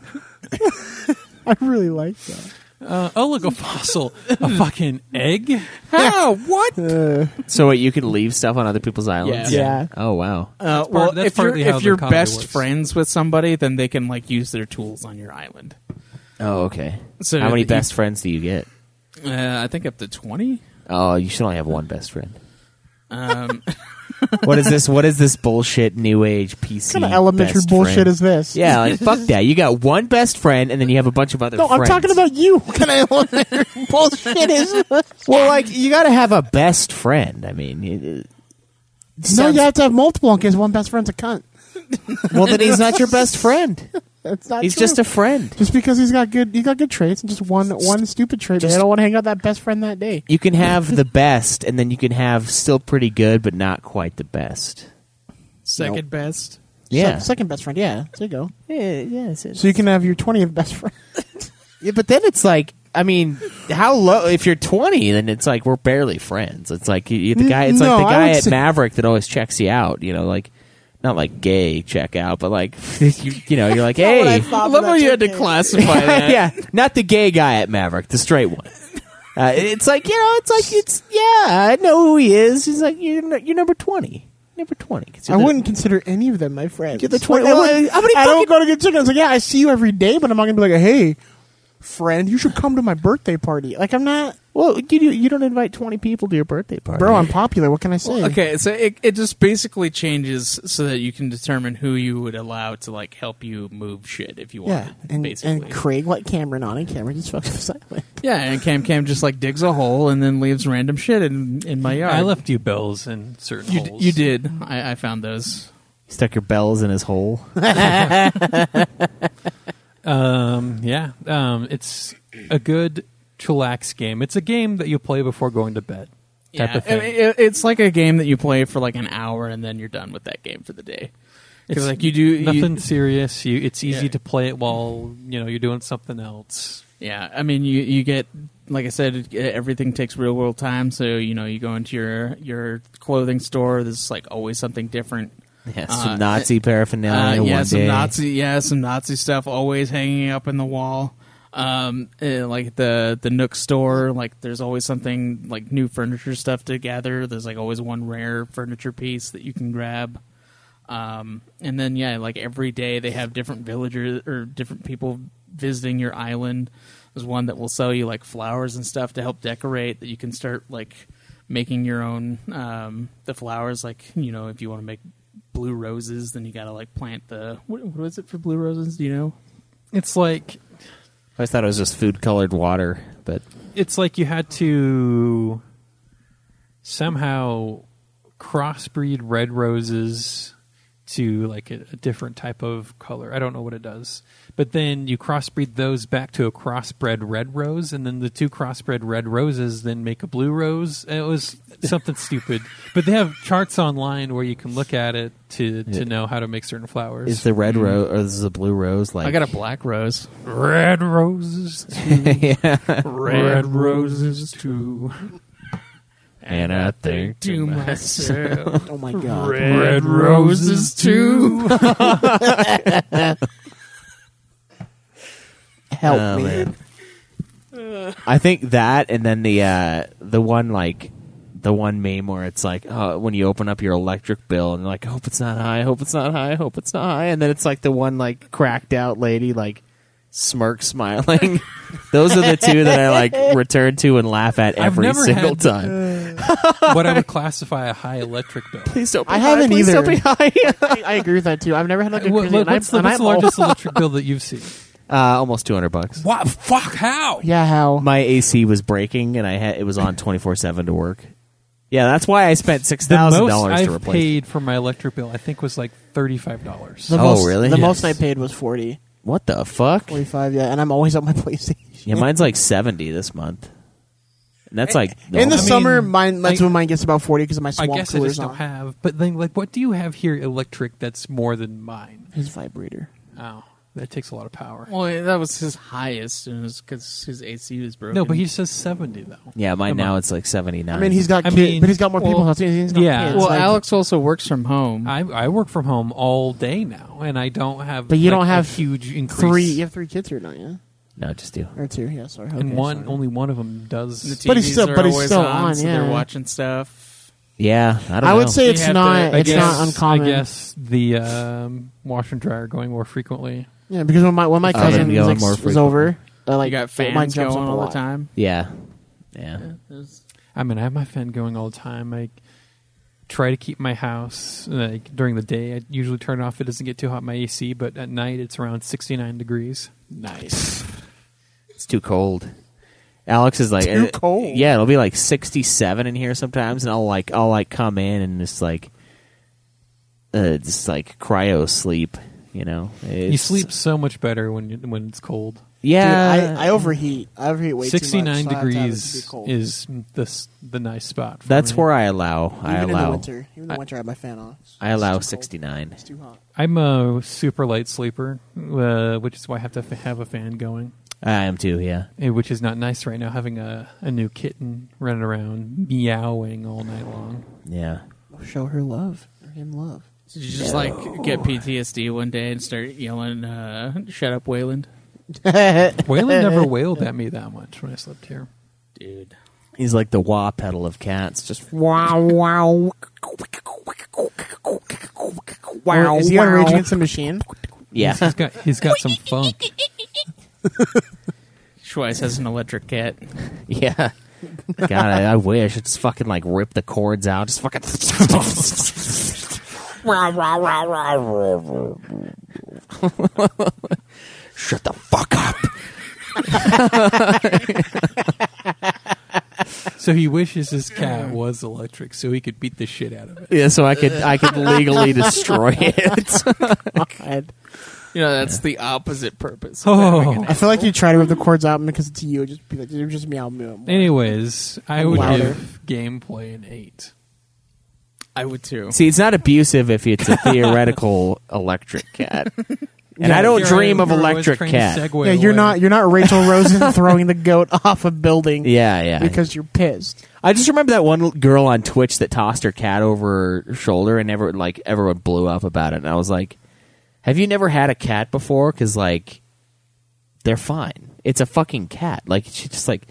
<laughs> I really like that. uh, oh, look, a fossil, <laughs> a fucking egg. How? What? Uh, So wait, you could leave stuff on other people's islands? Yeah. Oh wow. Uh, part- well, that's if you're partly how if the you're economy best works. friends with somebody, then they can like use their tools on your island. Oh okay. So how many the- best friends do you get? Uh, I think up to twenty. Oh, you should only have one best friend. Um, <laughs> What is this? What is this bullshit new age PC? kind of elementary best bullshit friend? is this? Yeah, like fuck that. You got one best friend, and then you have a bunch of other. No, I'm friends. talking about you. What kind of <laughs> elementary bullshit is this? Well, like you got to have a best friend. I mean, it- it- No, sounds- you have to have multiple in case one best friend's a cunt. well then he's <laughs> not your best friend. That's not He's true. just a friend. just because he's got good, he got good traits, and just one one stupid trait. and just- I don't want to hang out with that best friend that day. You can have the best, and then you can have still pretty good, but not quite the best. second best. Yeah, Se- second best friend. Yeah, there you go. yeah, yeah, it's- it's- So you can have your twentieth best friend. Yeah, but then it's like, I mean, how low? If you're 20, then it's like we're barely friends. It's like you, you- the guy. It's No, like the I guy would at say- Maverick that always checks you out. You know, like not like gay check out, but like <laughs> you, you know, you're <laughs> like, hey, I love how you had to <laughs> classify that. yeah, not the gay guy at Maverick, the straight <laughs> one. Uh, it's like you know, it's like it's yeah, I know who he is. He's like you're nu- you're number 20, number 20. 'Cause I you're the- wouldn't consider any of them my friends. You're the Like, 20 I, well, wouldn't- how many I fucking- don't go to get chicken. It's like, yeah, I see you every day, but I'm not gonna be like, hey, friend, you should come to my birthday party. Like, I'm not, Well, you do- you don't invite 20 people to your birthday party, bro. I'm popular. What can I say? Okay, so it, it just basically changes so that you can determine who you would allow to like help you move shit if you Yeah, want. and basically. and Craig let Cameron on, and Cameron just <laughs> fucks us silent. yeah, and Cam Cam just like digs a hole and then leaves random shit in in my yard. I left you bells in certain you. d- holes. You did. I, I found those. Stuck your bells in his <laughs> hole. <laughs> Um, yeah, um, it's a good chillax game. It's a game that you play before going to bed. Type yeah, of thing. I mean, it- it's like a game that you play for like an hour and then you're done with that game for the day. Because like you do you- nothing serious. You, it's easy Yeah. to play it while you know you're doing something else. Yeah, I mean, you you get like I said, it- everything takes real world time. So you know, you go into your your clothing store. There's like always something different. Yeah, Uh, some Nazi paraphernalia Uh, yeah, one some day. Nazi, yeah, some Nazi stuff always hanging up in the wall. Um, uh, like the the Nook store, like there's always something like new furniture stuff to gather. There's like always one rare furniture piece that you can grab. Um, and then yeah, like every day they have different villagers or different people visiting your island. There's one that will sell you like flowers and stuff to help decorate that you can start like making your own um the flowers like you know if you want to make blue roses then you got to like plant the what what is it for blue roses do you know It's like I always thought it was just food colored water, but it's like you had to somehow crossbreed red roses to like a, a different type of color. I don't know what it does. But then you crossbreed those back to a crossbred red rose and then the two crossbred red roses then make a blue rose. <laughs> It was something stupid. But they have charts online where you can look at it to to know how to make certain flowers. is the red rose or is the blue rose like? i got a black rose <laughs> red roses yeah, red roses too. and I think do <laughs> myself Oh my god. Red roses <laughs> too Help Oh, me. man. I think that, and then the uh, the one like the one meme where it's like uh, when you open up your electric bill and you're like, I hope it's not high, I hope it's not high, I hope it's not high, and then it's like the one like cracked out lady like smirk smiling. Those are the two that I like return to and laugh at I've every never single had- time. <laughs> what I would classify a high electric bill. Please don't. Be I high. haven't Please either. Don't be high. <laughs> <laughs> I, I agree with that too. I've never had like a What- crazy, and I'm, what's the, and what's I'm the largest electric bill that you've seen? uh, almost two hundred bucks. What? Fuck, how? Yeah, how? My AC was breaking, and I had it was on twenty four seven to work. Yeah, that's why I spent six The thousand most dollars I've to replace. it. paid for my electric bill, I think, was like thirty-five dollars. the Oh, most, really? The Yes. most I paid was 40. What the fuck? 45, yeah, and I'm always on my <laughs> PlayStation. Yeah, mine's like seventy this month. And that's like In the I mean, summer, mine that's I- when mine gets about forty because of my I swamp guess I coolers just don't on. have. But then, like, what do you have here, electric? That's more than mine. His vibrator. Oh, that takes a lot of power. Well, that was his highest, and because his AC was broken. No, but he says seventy though. yeah, mine Come now on. it's like seventy nine. I mean, he's got I kids, mean, but he's got more people. well, he's got yeah. kids, Well, like- Alex also works from home. I I work from home all day now, and I don't have. But you like, don't a have huge increase. three. You have three kids here now, yeah, no, just do. or two. Yeah, sorry. and Okay, one sorry. only one of them does. the TVs But he's still- are but he's always still on, on, so they're yeah. watching stuff. Yeah, I don't. I would know. say You it's have not. to- I it's guess- not uncommon. I guess the um, washer and dryer going more frequently. Yeah, because when my when my It's probably cousin gonna be was, on like, more s- was frequently. over, uh, like you got mine fans jumps going up a all the lot. time. Yeah, yeah. I mean, I have my fan going all the time. I try to keep my house like during the day. I usually turn it off. It doesn't get too hot my AC, but at night it's around sixty nine degrees. Nice. It's too cold. Alex is like Too uh, cold. Yeah, it'll be like sixty seven in here sometimes, and I'll like I'll like come in and just like uh, just like cryo sleep. You know, It's- <laughs> you sleep so much better when you, when it's cold. Dude, Yeah, I, I overheat. I overheat way Sixty nine too much. so I have to have it to be degrees cold. is the s- the nice spot. For that's me. where I allow. I even in the allow. winter. Even in the winter, I have my fan on. It's I allow too cold. sixty nine. It's too hot. I'm a super light sleeper, uh, which is why I have to f- have a fan going. I am too. Yeah. eh, Which is not nice right now, having a, a new kitten running around meowing all night long. Yeah. Show her love or him love. Did you just like get PTSD one day and start yelling, uh, "Shut up, Wayland, <laughs> Waylon never wailed at me that much when I slept here. dude!" He's like the wah pedal of cats. Just Wow, wow. Wow, is he on Rage Against the Machine? yeah. <laughs> He's got he's got some funk. Schweiss has an electric cat. Yeah. God, I, I wish. It's fucking like rip the cords out. Just fucking. <laughs> Shut the fuck up. So he wishes <laughs> his cat was electric, so he could beat the shit out of it. Yeah, so I could I could legally destroy it. God. You know, that's the opposite purpose. of having Oh, an- I feel like you try to rip the cords out and because it's you, it just be like, it just meow meow. meow. anyways, I would Louder. give gameplay an eight. I would too. <laughs> See, it's not abusive if it's a theoretical electric cat. And I don't Here dream am, of where I was electric trying to cat. segue Yeah, you're away. not you're not Rachel Rosen <laughs> throwing the goat off a building Yeah, yeah. because you're pissed. I just remember that one girl on Twitch that tossed her cat over her shoulder, and everyone like everyone blew up about it. And I was like, "Have you never had a cat before? Because like, they're fine. It's a fucking cat. Like she just like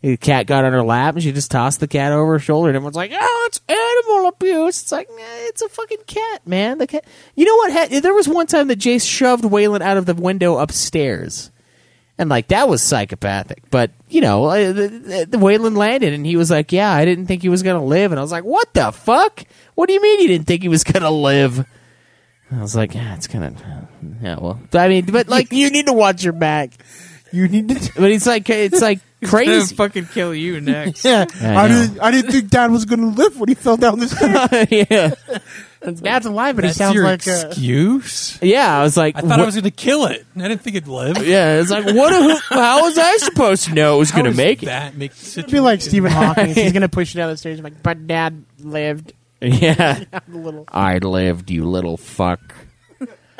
the cat got on her lap, and she just tossed the cat over her shoulder. And everyone's like, "Oh, it's animal abuse." It's like nah, it's a fucking cat, man. The cat. You know what? Ha- there was one time that Jace shoved Waylon out of the window upstairs and like that was psychopathic. But you know, uh, the, the, the Waylon landed, and he was like, "Yeah, I didn't think he was gonna live," and I was like, "What the fuck? What do you mean you didn't think he was gonna live?" And I was like, "Yeah, it's kind of yeah." Well, I mean, but like, Like <laughs> you need to watch your back. You need to. but it's like it's <laughs> like Gonna crazy. fucking kill <laughs> you next. Yeah, I I, know. didn't. I didn't think Dad was going to live when he fell down the stairs. <laughs> yeah, Dad's alive, but That's he sounds your uh, like a, excuse. yeah. I was like, I thought I what- was going to kill it. I didn't think it'd live. yeah, it's like what? A, who, how was I supposed to know it was How gonna does make it? that make the be like situation- <laughs> Stephen Hawking. He's going to push you down the stairs. I'm like, but Dad lived <laughs> Yeah. a little. I lived, you little fuck. <laughs>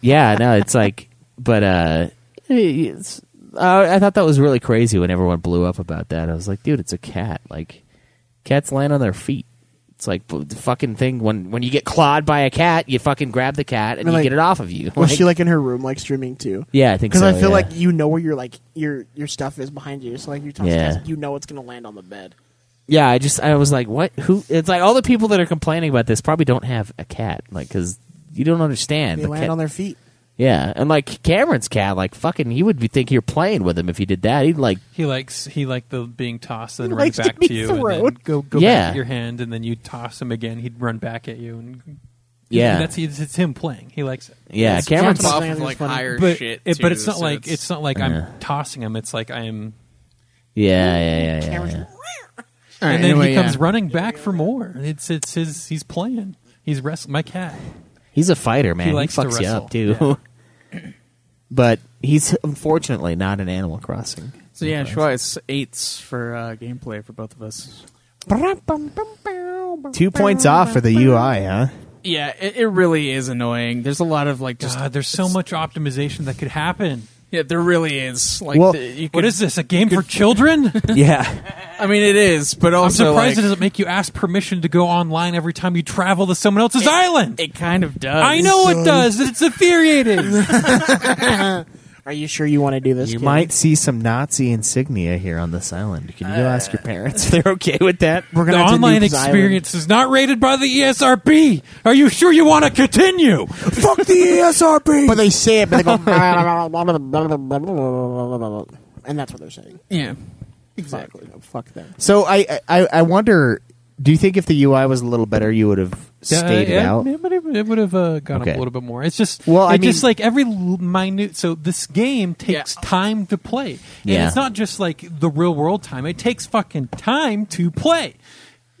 yeah, no, it's like, but uh, it's, I I thought that was really crazy when everyone blew up about that. I was like, dude, it's a cat. Like, cats land on their feet. It's like b- the fucking thing when when you get clawed by a cat, you fucking grab the cat and I mean, you like, get it off of you. Was she like in her room, like streaming too? Yeah, I think so. Because I feel yeah. like you know where your like your your stuff is behind you. So like you talk Yeah. to you know it's going to land on the bed. yeah, I just I was like, what? Who? It's like all the people that are complaining about this probably don't have a cat, like because you don't understand. They the land cat- on their feet. Yeah, and like Cameron's cat, like fucking, he would be think you're playing with him if you did that. He'd like, He likes he liked the being tossed and He run likes to back be to you, and then thrown. go go Yeah. back to your hand, and then you toss him again. He'd run back at you, and Yeah. and that's it's, it's him playing. He likes it, yeah, That's Cameron's. Jump off saying of it's like funny. higher but shit. it, but too, it's not so like it's, not like Yeah. I'm tossing him. It's like I'm, Yeah, yeah, yeah, yeah, Cameron's- yeah. All right, and then anyway, he comes yeah. running back for more. It's it's his he's playing. He's wrestling my cat. He's a fighter, man. He, likes to fucks you wrestle. up too. <laughs> But he's unfortunately not in Animal Crossing. So yeah, Schwa, it's eights for uh, gameplay for both of us. Two points off for the UI, huh? <laughs> Yeah, it, it really is annoying. There's a lot of like just God, there's so much optimization that could happen. yeah, there really is like Well, the, you What could, is this? A game for <laughs> children? Yeah. I mean, it is, but I'm also surprised it like, doesn't make you ask permission to go online every time you travel to someone else's island. it kind of does. I <laughs> know it does. It's <laughs> infuriating. Are you sure you want to do this? You kid? might see some Nazi insignia here on this island. Can you go ask your parents <laughs> if <laughs> they're okay with that? We're The gonna have to online nuke Xylan. experience is not rated by the E ESRB. Are you sure you want to continue? Fuck the ESRB! <laughs> But they say it, but <laughs> they go, <laughs> and that's what they're saying. Yeah, Exactly. Fuck, fuck them. So I, I, I wonder. Do you think if the UI was a little better, you would have Uh, stayed it out? It would have, it would have uh, gone up Okay. a little bit more. It's just Well, I it's just mean- like every l- minute. So this game takes Yeah. time to play, and Yeah. it's not just like the real world time. It takes fucking time to play.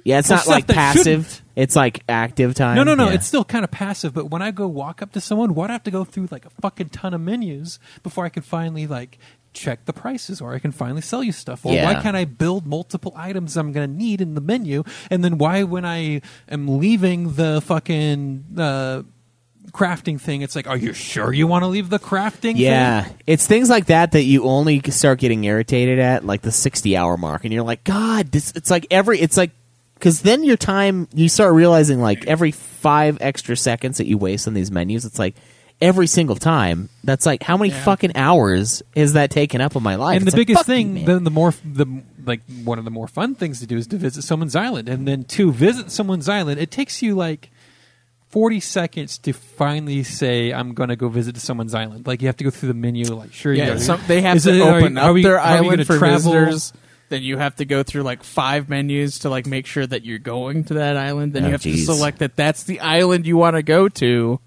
Yeah, it's Well, not stuff like that passive. shouldn't. It's like active time. No, no, no. Yeah. It's still kind of passive. But when I go walk up to someone, why do I have to go through like a fucking ton of menus before I can finally like check the prices or I can finally sell you stuff? Or why Yeah. can't I build multiple items I'm gonna need in the menu? And then why when I am leaving the fucking uh, crafting thing, it's like, are you sure you want to leave the crafting? yeah. thing? It's things like that that you only start getting irritated at like the sixty-hour mark, and you're like, God, this. It's like every. It's like because then your time you start realizing like every five extra seconds that you waste on these menus, it's like. Every single time, that's like how many fucking hours is that taking up of my life? And It's the like, fuck biggest you, thing, man. the, the more the like one of the more fun things to do is to visit someone's island, and then to visit someone's island, it takes you like forty seconds to finally say, "I'm going to go visit someone's island." Like you have to go through the menu. Like sure, you yeah. gotta- Some, they have Is to it- are open you- up are we- their are we island gonna for travel? visitors. Then you have to go through like five menus to like make sure that you're going to that island. Then Oh, you have geez. to select that that's the island you want to go to,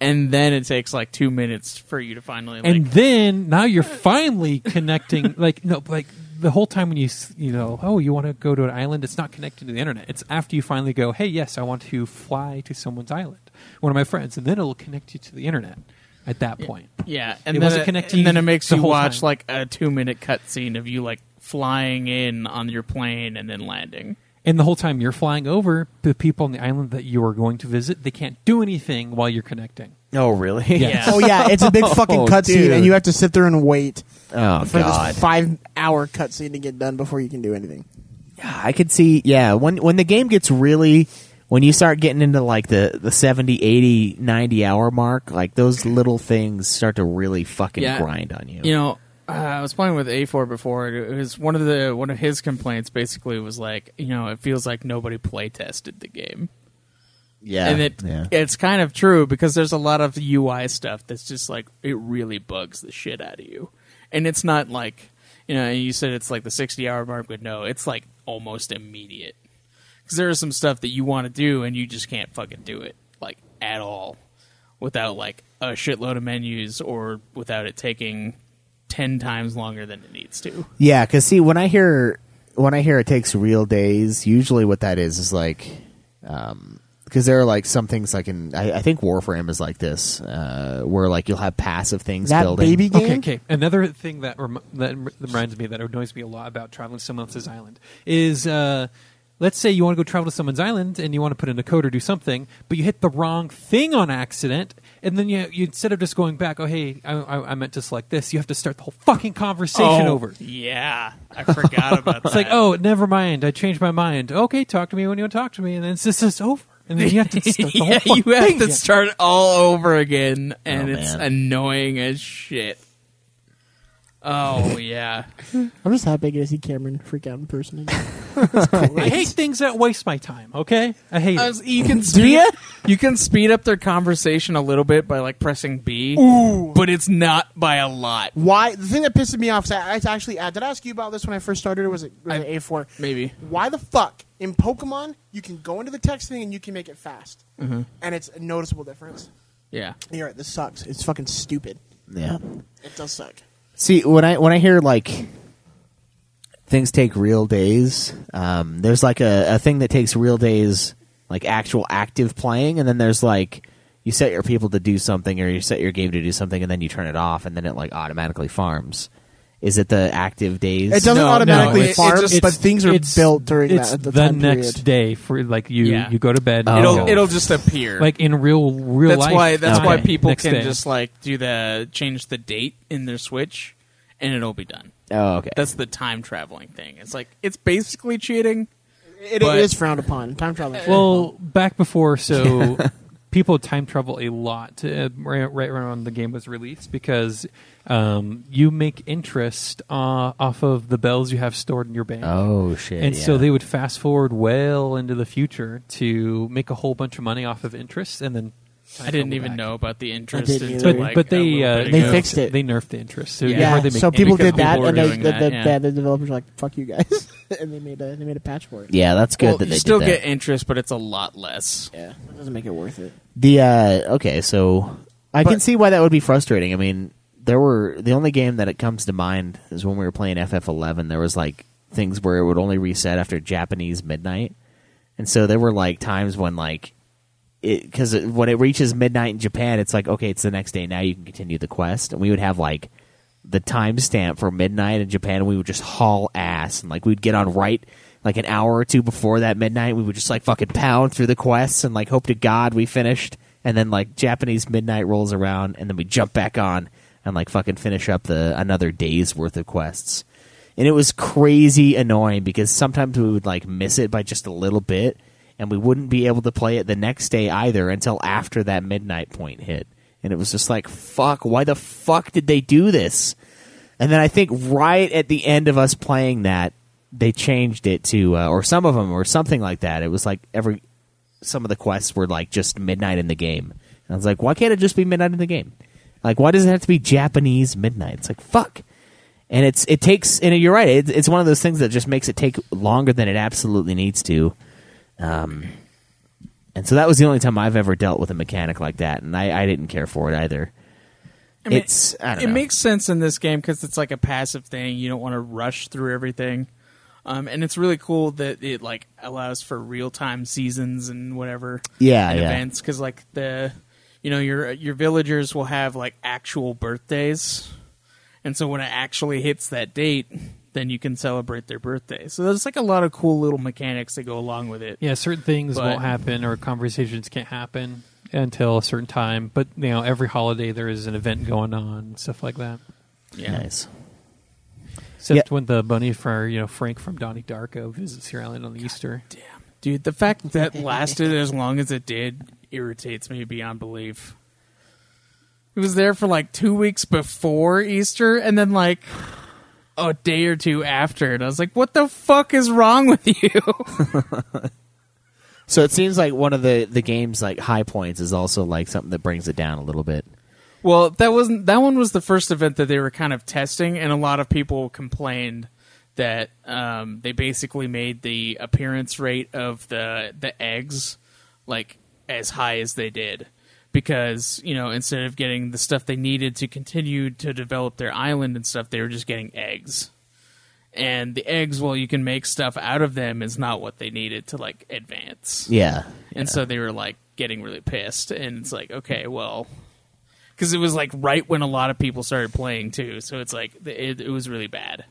and then it takes like two minutes for you to finally. Like, and then now you're finally connecting like no like the whole time when you s- you know oh you want to go to an island it's not connected to the internet it's after you finally go hey yes i want to fly to someone's island one of my friends and then it'll connect you to the internet at that point Yeah, and It then wasn't it, connecting and then it makes the you whole watch time. like a two-minute cutscene of you like flying in on your plane and then landing. and the whole time you're flying over the people on the island that you are going to visit they can't do anything while you're connecting oh really? Yeah. Oh yeah, it's a big fucking Oh, cutscene, dude. and you have to sit there and wait <laughs> Oh for god. this five-hour cutscene to get done before you can do anything. I could see, yeah, when when the game gets really when you start getting into like the the 70, 80, 90 hour mark, like those little things start to really fucking Yeah. grind on you. You know, uh, I was playing with A4 before. and It was one of the one of his complaints basically was like, you know, it feels like nobody play tested the game. yeah. and it yeah. it's kind of true because there's a lot of UI stuff that's just like it really bugs the shit out of you, and it's not like you know you said it's like the sixty hour mark, but no, it's like almost immediate because there is some stuff that you want to do and you just can't fucking do it like at all without like a shitload of menus or without it taking ten times longer than it needs <laughs> to. Yeah, because see, when I hear when I hear it takes real days, usually what that is is like, because there are like some things like in I, I think Warframe is like this, uh, where like you'll have passive things That building. baby game. Okay, okay. Another thing that rem- that rem- that reminds me that annoys me a lot about traveling to someone else's island is, uh, let's say you want to go travel to someone's island and you want to put in a code or do something, but you hit the wrong thing on accident, and then you, you instead of just going back, oh hey, I, I, I meant to select this, you have to start the whole fucking Oh, conversation over. yeah, I forgot about that. It's like, oh, never mind, I changed my mind. Okay, talk to me when you want to talk to me, and then it's just it's over, and then you have to start the <laughs> whole yeah, you fucking have thing to again. start all over again, and Oh, it's man. annoying as shit. Oh yeah, I'm just happy to see Cameron freak out in person. Again. I hate things that waste my time. Okay, I hate I it. was- you <laughs> can speed, ya? you can speed up their conversation a little bit by like pressing B, but it's not by a lot. Why? The thing that pisses me off is I, I actually I, did I ask you about this when I first started, or was it, was I- it A4? Maybe Why the fuck in Pokemon you can go into the text thing and you can make it fast, Mm-hmm. and it's a noticeable difference. yeah. You're right. This sucks. It's fucking stupid. Yeah. It does suck. See, when I when I hear like things take real days, um, there's like a, a thing that takes real days, like actual active playing, and then there's like you set your people to do something or you set your game to do something and then you turn it off and then it like automatically farms. Is it the active days? It doesn't No, automatically no, it- farm, it just- but things are It's- built during it's that, the, the, time period. next day for like you Yeah. you go to bed. Oh. you It'll- go. Oh. It'll just appear. like in real real that's life. why that's why Okay. people Next can day. just like do the change the date in their Switch, and it'll be done. Oh, okay. That's the time traveling thing. It's like it's basically cheating. It, But- it is frowned upon. Time travel. is well back <laughs> before so people time travel a lot uh, right, right around the game was released because um, you make interest uh, off of the bells you have stored in your bank. oh shit. And so yeah. they would fast forward well into the future to make a whole bunch of money off of interest, and then I didn't even back. know about the interest didn't until either. But, like but a they little uh, bit They ago. nerfed- fixed it. They nerfed the interest. So Yeah. now Yeah, they make so people because did that, people were and they, doing the, that, the, yeah. the, the developers were like, "Fuck you guys," <laughs> and they made a they made a patch for it. yeah, that's good Well, that you they still did that. get interest, but it's a lot less. Yeah, it doesn't make it worth it. The uh, okay, so I can see why that would be frustrating. I mean, there were the only game that it comes to mind is when we were playing FF11. There was like things where it would only reset after Japanese midnight, and so there were like times when like it because it, when it reaches midnight in Japan, it's like okay, it's the next day. Now you can continue the quest, and we would have like the timestamp for midnight in Japan, and we would just haul ass, and like we'd get on right like an hour or two before that midnight. We would just like fucking pound through the quests, and like hope to God we finished, and then like Japanese midnight rolls around, and then we jump back on and like fucking finish up the another day's worth of quests. And it was crazy annoying because sometimes we would like miss it by just a little bit, and we wouldn't be able to play it the next day either until after that midnight point hit. And it was just like, fuck, why the fuck did they do this? And then I think right at the end of us playing that, they changed it to, uh, or some of them, or something like that. It was like every, some of the quests were like just midnight in the game. And I was like, why can't it just be midnight in the game? Like, why does it have to be Japanese midnight? It's like, fuck. And it's it takes, and you're right, it, it's one of those things that just makes it take longer than it absolutely needs to. Um, And so that was the only time I've ever dealt with a mechanic like that, and I, I didn't care for it either. I mean, it's I don't it know. makes sense in this game because it's like a passive thing. You don't want to rush through everything, um, and it's really cool that it like allows for real time seasons and whatever. Yeah, and yeah. events because like the you know your your villagers will have like actual birthdays, and so when it actually hits that date, then you can celebrate their birthday. So there's like a lot of cool little mechanics that go along with it. Yeah, certain things But- won't happen or conversations can't happen until a certain time. But you know, every holiday there is an event going on, stuff like that. yeah. nice. Except when the bunny for you know Frank from Donnie Darko visits your island on the Easter. Dude, the fact that lasted as long as it did irritates me beyond belief. It was there for like two weeks before Easter and then like a day or two after. And I was like, what the fuck is wrong with you? So it seems like one of the the game's like high points is also like something that brings it down a little bit. well, that wasn't that one was the first event that they were kind of testing, and a lot of people complained that um, they basically made the appearance rate of the the eggs like as high as they did because you know instead of getting the stuff they needed to continue to develop their island and stuff they were just getting eggs and the eggs well you can make stuff out of them is not what they needed to like advance Yeah, and so they were like getting really pissed. And it's like, okay, well, because it was like right when a lot of people started playing too. So it's like, th- it, it was really bad.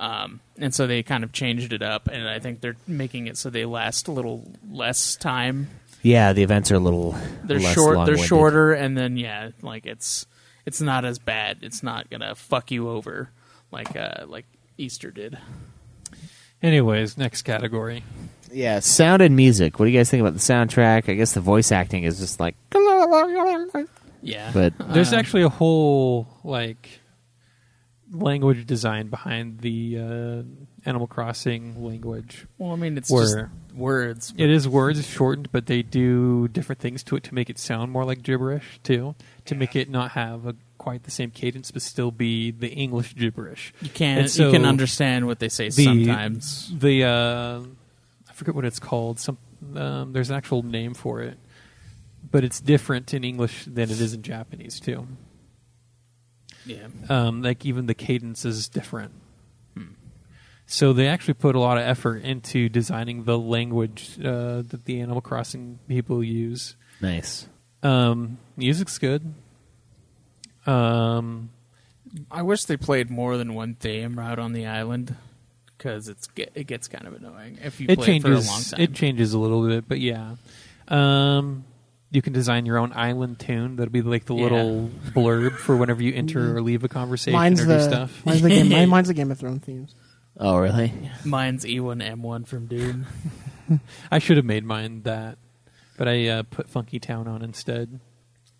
Um, and so they kind of changed it up. And I think they're making it so they last a little less time. yeah. The events are a little They're less short, they're long-winded. shorter. And then, yeah, like it's, it's not as bad. It's not going to fuck you over like, uh, like Easter did. Anyways, next category. Yeah, sound and music. What do you guys think about the soundtrack? I guess the voice acting is just like, <laughs> but Yeah. There's actually a whole like language design behind the uh, Animal Crossing language. well, I mean, it's Where- just words. It is words shortened, but they do different things to it to make it sound more like gibberish too, to make it not have a, quite the same cadence, but still be the English gibberish. You can And so you can understand what they say the- sometimes. The uh, I forget what it's called. Some um, there's an actual name for it, but it's different in English than it is in Japanese too. Yeah. um, like even the cadence is different. So they actually put a lot of effort into designing the language uh, that the Animal Crossing people use. nice. Um, music's good. Um, I wish they played more than one theme out on the island because it's ge- it gets kind of annoying if you it play changes. it for a long time. It changes a little bit, but yeah. Um, you can design your own island tune. That'll be like the Yeah. <laughs> Mm-hmm. little blurb for whenever you enter or leave a conversation Mine's or the, do stuff. mine's the game. <laughs> mine- mine's the Game of Thrones themes. Oh, really? Mine's E1M1 from Doom. I should have made mine that, but I uh, put Funky Town on instead.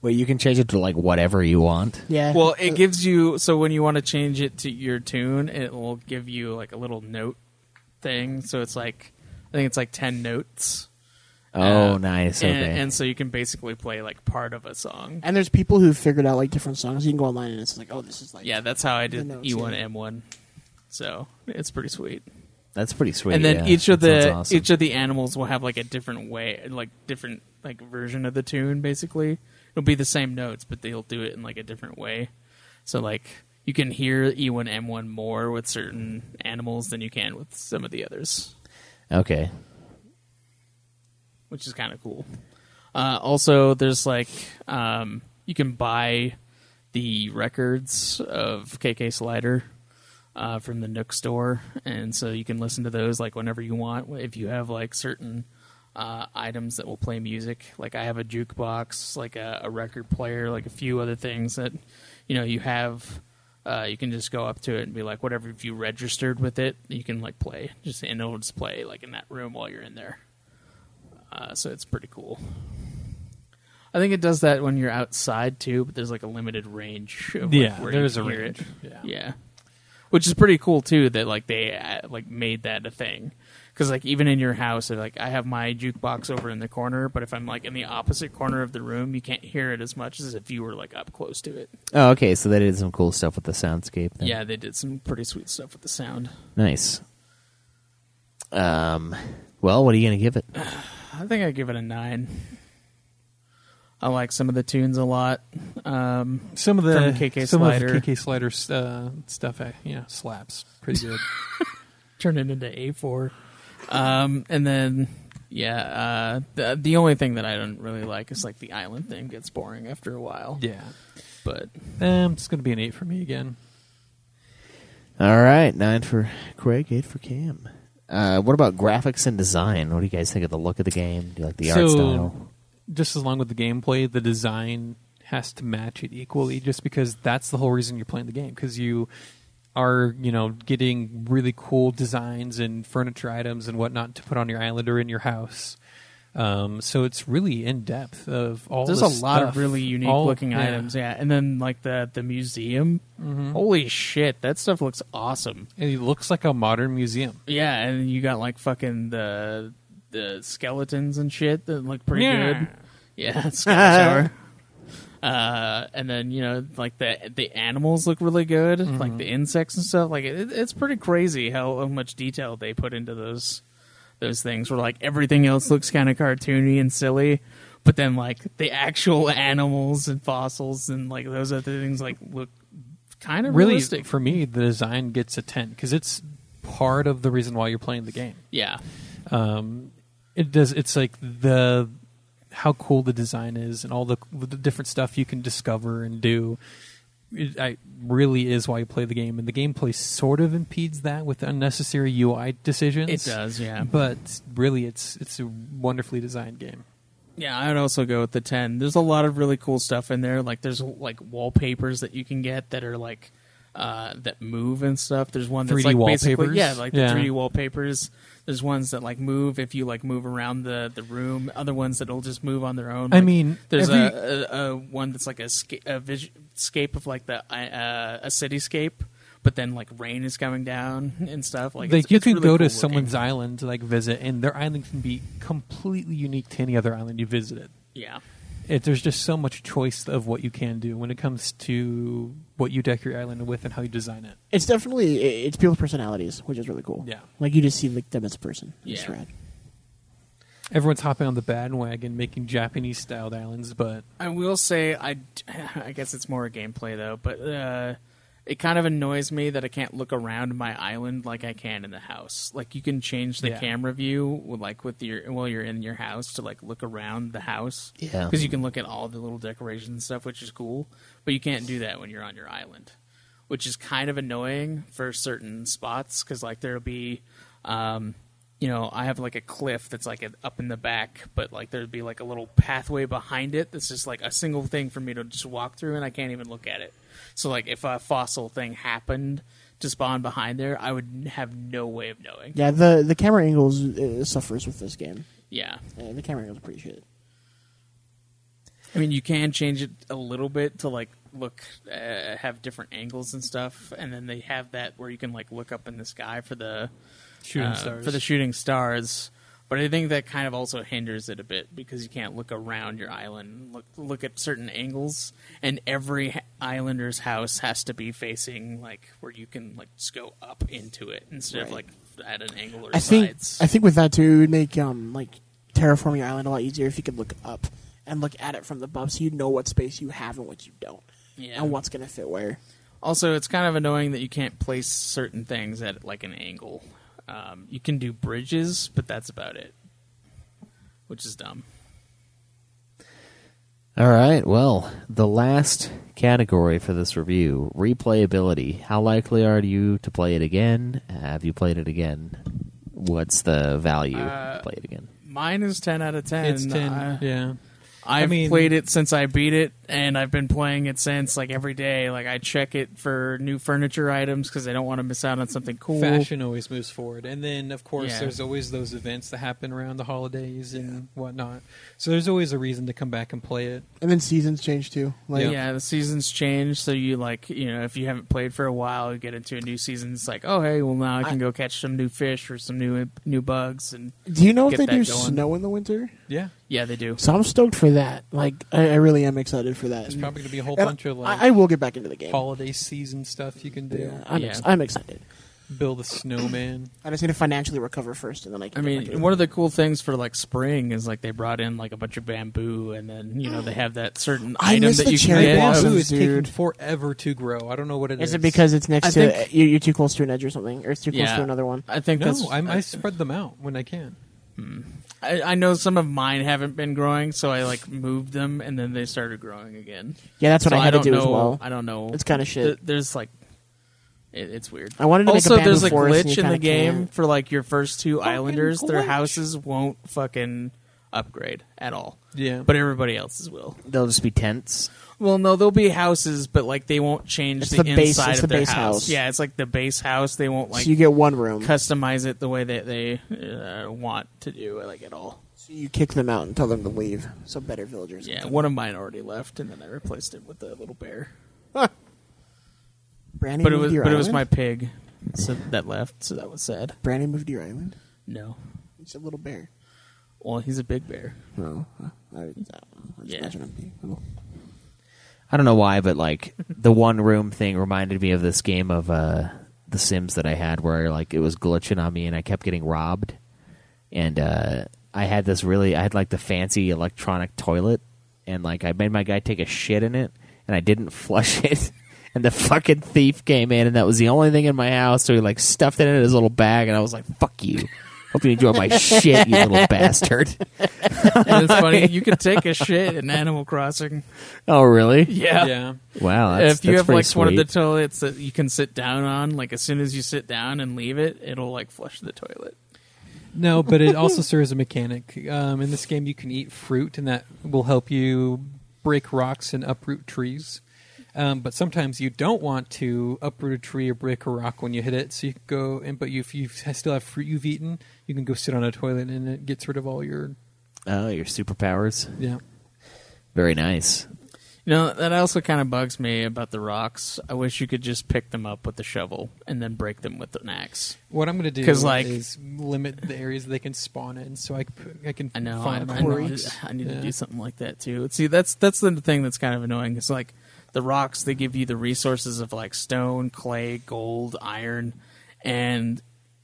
Wait, you can change it to like whatever you want. Yeah. <laughs> well, it gives you so when you want to change it to your tune, it will give you like a little note thing. So it's like I think it's like ten notes. Oh, Uh, nice. and, Okay. and so you can basically play like part of a song. and there's people who figured out like different songs. You can go online and it's like, oh, this is like Yeah, that's how I did E The notes, E1M1. So it's pretty sweet. That's pretty sweet. and then yeah. each of That the sounds awesome. each of the animals will have like a different way like different like version of the tune basically it'll be the same notes but they'll do it in like a different way so like you can hear E e1m1 more with certain animals than you can with some of the others okay. which is kind of cool uh, also there's like um, you can buy the records of kk slider uh, from the Nook store, and so you can listen to those like whenever you want. If you have like certain uh, items that will play music, like I have a jukebox, like a, a record player, like a few other things that you know you have. Uh, you can just go up to it and be like, whatever. If you registered with it, you can like play just and it'll just play like in that room while you're in there. Uh, so it's pretty cool. I think it does that when you're outside too, but there's like a limited range. Of, like, Yeah, where there you is can a hear it. range. Yeah. yeah which is pretty cool too that like they uh, like made that a thing because like even in your house like i have my jukebox over in the corner but if i'm like in the opposite corner of the room you can't hear it as much as if you were like up close to it Oh, okay. So they did some cool stuff with the soundscape. Then. yeah they did some pretty sweet stuff with the sound Nice. Um. Well, what are you gonna give it? i think i give it a nine i like some of the tunes a lot um Some of the From KK some Slider. of KK Slider's uh, stuff, I, you know, slaps pretty <laughs> good. turned it into A4. Um, and then, yeah, uh, the, the only thing that I don't really like is like the island thing gets boring after a while. yeah, But um, it's going to be an eight for me again. All right, nine for Craig, eight for Cam. Uh, what about graphics and design? What do you guys think of the look of the game? Do you like the art style? Just as long with the gameplay, the design has to match it equally, just because that's the whole reason you're playing the game. Because you are, you know, getting really cool designs and furniture items and whatnot to put on your island or in your house. Um, so it's really in depth of all. there's a this lot stuff. of really unique All- looking yeah. Mm-hmm. items. Yeah. And then like the, the museum. Holy shit. That stuff looks awesome. And It looks like a modern museum. Yeah. And you got like fucking the, the skeletons and shit that look pretty Yeah. good. <laughs> Yeah. skeleton shower. uh, and then you know like the the animals look really good Mm-hmm. like the insects and stuff like it, it's pretty crazy how, how much detail they put into those those things where like everything else looks kind of cartoony and silly but then like the actual <laughs> animals and fossils and like those other things like look kind of Really, realistic for me, the design gets a ten because it's part of the reason why you're playing the game. yeah Um, it does it's like the how cool the design is and all the, the different stuff you can discover and do it I, really is why you play the game and the gameplay sort of impedes that with unnecessary ui decisions It does, yeah. but really it's it's a wonderfully designed game Yeah, I would also go with the 10. There's a lot of really cool stuff in there. Like there's like wallpapers that you can get that are like uh, that move and stuff. There's one that's 3D like basically wallpapers? yeah, like Yeah. the 3D wallpapers. There's ones that like move if you like move around the, the room. Other ones that'll just move on their own. I Like, mean, there's every- a, a, a one that's like a, sca- a vis- scape of like the uh, a cityscape, but then like rain is coming down and stuff. Like, like it's- you it's can really go cool to looking. someone's island to like visit and their island can be completely unique to any other island you visited yeah. it, there's just so much choice of what you can do when it comes to what you deck your island with and how you design it it's definitely i- it's people's personalities, which is really cool. Yeah. like you just see like them as a person. It's Yeah. rad. everyone's hopping on the bandwagon making Japanese styled islands, but <laughs> I will say I, I guess it's more a gameplay though, but uh, it kind of annoys me that I can't look around my island like I can in the house. Like you can change the Yeah. camera view with, like with your while you're in your house to like look around the house. Yeah. Because you can look at all the little decorations and stuff, which is cool. But you can't do that when you're on your island, which is kind of annoying for certain spots because like there'll be. Um, you know, I have like a cliff that's like up in the back, but like there'd be like a little pathway behind it that's just like a single thing for me to just walk through, and I can't even look at it. So like if a fossil thing happened to spawn behind there, I would have no way of knowing. Yeah, the the camera angles uh, suffers with this game. Yeah. Uh, the camera angles are pretty shit. I mean, you can change it a little bit to like look, uh, have different angles and stuff, and then they have that where you can like look up in the sky for the Shooting uh, stars. for the shooting stars. But I think that kind of also hinders it a bit because you can't look around your island, look look at certain angles, and every h- islander's house has to be facing like where you can like just go up into it instead of like at an angle or I think sides. I think with that too, it would make um like terraforming your island a lot easier if you could look up and look at it from the above, so you know what space you have and what you don't, Yeah. and what's gonna fit where. Also, it's kind of annoying that you can't place certain things at like an angle. Um, you can do bridges, but that's about it, which is dumb. All right. Well, the last category for this review replayability. How likely are you to play it again? Have you played it again? What's the value? to play it again. Mine is ten out of ten. it's ten. I, yeah. I've mean- played it since I beat it, and I've been playing it since like every day. Like I check it for new furniture items because I don't want to miss out on something cool. Fashion always moves forward, and then of course Yeah. there's always those events that happen around the holidays and whatnot. So there's always a reason to come back and play it. And then seasons change too. Like Yeah. the seasons change, so you like you know if you haven't played for a while, you get into a new season. It's like, oh hey, well now I can go catch some new fish or some new new bugs, and do you know if Get they that do going. snow in the winter? Yeah, yeah, they do. So I'm stoked for that. Like I, I really am excited for that. there's probably going to be a whole And bunch of like I, I will get back into the game. holiday season stuff you can do. Yeah, I'm, ex- Yeah. I'm excited. Build a snowman. I just need to financially recover first, and then I can. I get mean, back into one of the cool things for like spring is like they brought in like a bunch of bamboo, and then you know they have that certain I item miss that the you cherry can get. blossom. Bamboo Blossoms, is taking dude. forever to grow. I don't know what it is. Is it because it's next I to think- you're, you're too close to an edge or something, or it's too close Yeah. to another one? I think no? that's I'm, I spread them out when I can. I, I know some of mine haven't been growing, so I like moved them, and then they started growing again. Yeah, that's what So I had don't to do know, as well. I don't know. It's kinda shit. Th- There's like, it, it's weird. I wanted to make a also bamboo there's a forest and you glitch in the kinda game can't. for like your first two islanders. Their glitch. houses won't fucking upgrade at all. Yeah. but everybody else's will. They'll just be tents. Well, no, there'll be houses, but like they won't change It's the, the base- inside it's of the their base house. house. Yeah, it's like the base house. They won't like so you get one room. customize it the way that they uh, want to do, like at all. So you kick them out and tell them to leave, so better villagers. can Yeah, come. one of mine already left, and then I replaced it with the little bear. Brandy But it moved was to but your it was my island? pig, so that left. So that was sad. Brandy moved to your island. No, He's a little bear. well, he's a big bear. No, I, I, I just Yeah. imagine him being little. I don't know why, but like the one room thing reminded me of this game of uh, The Sims that I had, where like it was glitching on me, and I kept getting robbed. And uh, I had this really, I had like the fancy electronic toilet, and like I made my guy take a shit in it, and I didn't <laughs> flush it. And the fucking thief came in, and that was the only thing in my house. So he like stuffed it in his little bag, and I was like, "Fuck you! Hope you <laughs> enjoy my shit, you little bastard." And <laughs> it's funny you can take a shit in Animal Crossing. Oh, really? Yeah. Yeah. Wow. That's, if you that's have pretty like one of the sweet. toilets that you can sit down on, like as soon as you sit down and leave it, it'll like flush the toilet. No, but it also <laughs> serves a mechanic. Um, in this game, you can eat fruit, and that will help you break rocks and uproot trees. Um, but sometimes you don't want to uproot a tree or break a rock when you hit it. So you can go, and but you, if you still have fruit you've eaten, you can go sit on a toilet, and it gets rid of all your oh, your superpowers. yeah. Very nice. You know that also kind of bugs me about the rocks. I wish you could just pick them up with the shovel and then break them with an axe. What I'm going to do 'Cause, like- is limit the areas they can spawn in, so I can put- I can I know. I, I find my know, I rocks. just- I need Yeah. to do something like that too. See, that's that's the thing that's kind of annoying. It's like the rocks they give you the resources of like stone, clay, gold, iron, and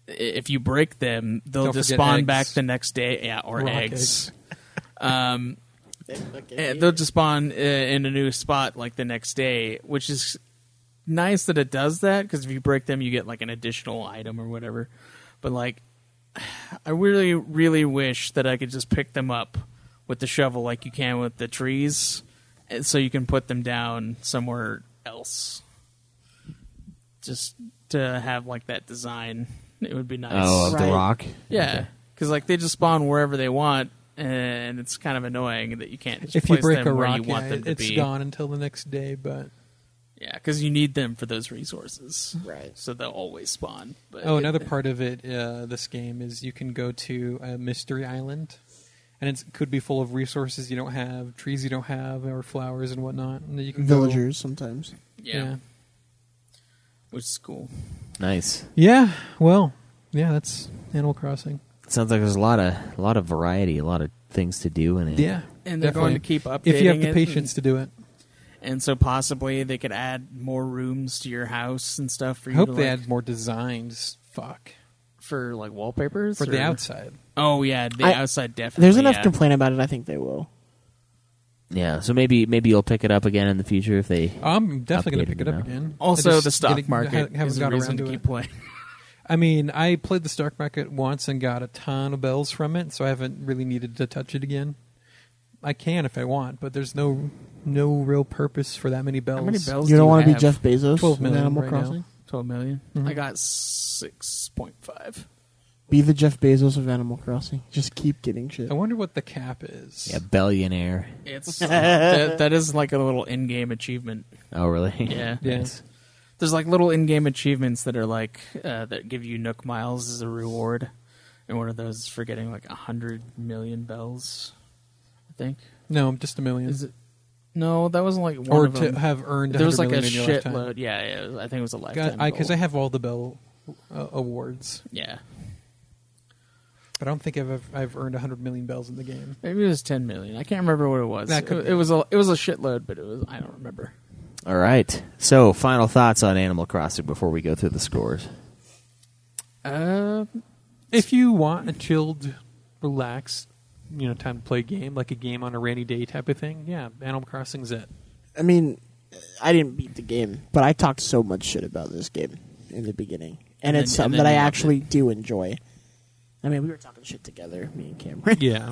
i- if you break them, they'll Don't just forget spawn eggs. back the next day. Yeah, or Rock eggs. um, eh, they'll just spawn uh, in a new spot like the next day, which is nice that it does that because if you break them, you get like an additional item or whatever. But like, I really, really wish that I could just pick them up with the shovel like you can with the trees, and so you can put them down somewhere else. Just to have like that design, it would be nice. Oh, Right. the rock. Yeah, because like they just spawn wherever they want, and it's kind of annoying that you can't just If you place break them a where rock, you want yeah, them to it's be. gone until the next day. But Yeah, because you need them for those resources, Right. So they'll always spawn. But oh, another part of it, uh, this game is you can go to a mystery island, and it could be full of resources you don't have, trees you don't have, or flowers and whatnot. And you can go- Villagers sometimes. yeah, yeah. which is cool. Nice. Yeah, Well, yeah. That's Animal Crossing. Sounds like there's a lot of a lot of variety, a lot of things to do in it. Yeah, And they're going to keep updating if you have it, the and- patience to do it. and, so possibly they could add more rooms to your house and stuff for I you. hope to, they like, add more designs. Fuck for like wallpapers for the or- outside. Oh yeah, the I- outside definitely. There's enough yeah. complaint about it. I think they will. Yeah. So maybe maybe you'll pick it up again in the future if they. I'm definitely Updated going to pick it up now. again. I Also, just the stock didn't- market ha- haven't is a got reason around to to keep it. playing. I mean, I played the stock market once and got a ton of bells from it, so I haven't really needed to touch it again. I can if I want, but there's no no real purpose for that many bells. How <laughs> many bells? You don't want to be Jeff Bezos 12 in million Animal right now. Crossing. Twelve million? I got six point five. Be the Jeff Bezos of Animal Crossing. Just keep getting shit. I wonder what the cap is. Yeah, billionaire. It's that, that is like a little in-game achievement. Oh, really? Yeah. Yeah. There's like little in-game achievements that are like uh, that give you Nook Miles as a reward, and one of those is for getting like a hundred million bells. I think No, just a million. is it. No, that wasn't like one or of to them. have earned. there was 100 like a million in your lifetime. shitload. Yeah, yeah, it was- I think it was a lifetime. God, I because I goal. have all the bell uh, awards, yeah, but I don't think I've ever, I've earned 100 million bells in the game. maybe it was ten million. I can't remember what it was. That could It, be. it was a it was a shitload, but it was I don't remember. <laughs> All right. So, final thoughts on Animal Crossing before we go through the scores. Uh, If you want a chilled, relaxed, you know, time to play game like a game on a rainy day type of thing, yeah, Animal Crossing's it. I mean, I didn't beat the game, but I talked so much shit about this game in the beginning, And and, it's then- something and then that I you loved actually do enjoy. I mean, we were talking shit together, me and Cameron. <laughs> Yeah.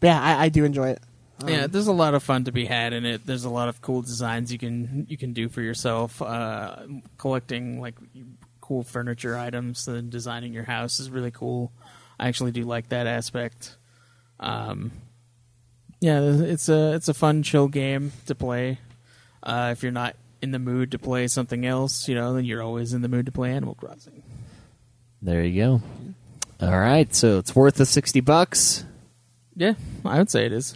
But yeah, I, I do enjoy it. yeah, Um, there's a lot of fun to be had in it. There's a lot of cool designs you can you can do for yourself. Uh, collecting like cool furniture items and designing your house is really cool. I actually do like that aspect. Um, yeah, it's a it's a fun chill game to play. Uh, if you're not in the mood to play something else, you know, then you're always in the mood to play Animal Crossing. There you go. All right. So it's worth the sixty bucks. Yeah, I would say it is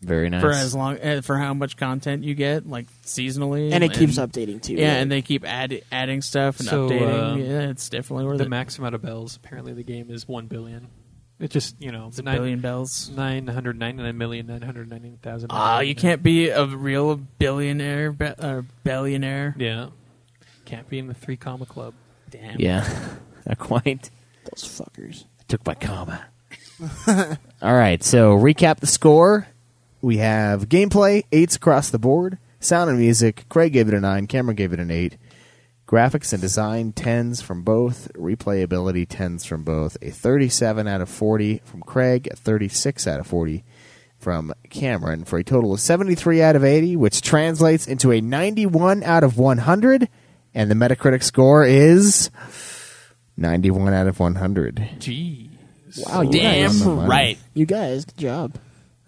Very nice. for as long uh, for how much content you get like seasonally, And it keeps updating too. Yeah, and they keep add, adding stuff and So, updating. um, yeah, it's definitely worth the it. max amount of bells apparently the game is 1 billion it just you know it's a billion bells. 999,999,000 Ah, you can't be a real billionaire be- or billionaire. yeah can't be in the three comma club Damn. yeah. <laughs> Not quite. those fuckers. Took my comma. <laughs> All right. So recap the score. We have gameplay eights across the board. Sound and music. Craig gave it a nine. Cameron gave it an eight. Graphics and design tens from both. Replayability tens from both. A thirty-seven out of forty from Craig. A thirty-six out of forty from Cameron for a total of seventy-three out of eighty, which translates into a ninety-one out of one hundred. And the Metacritic score is ninety-one out of one hundred. gee Oh, Wow, you guys, Damn right. you guys, good job.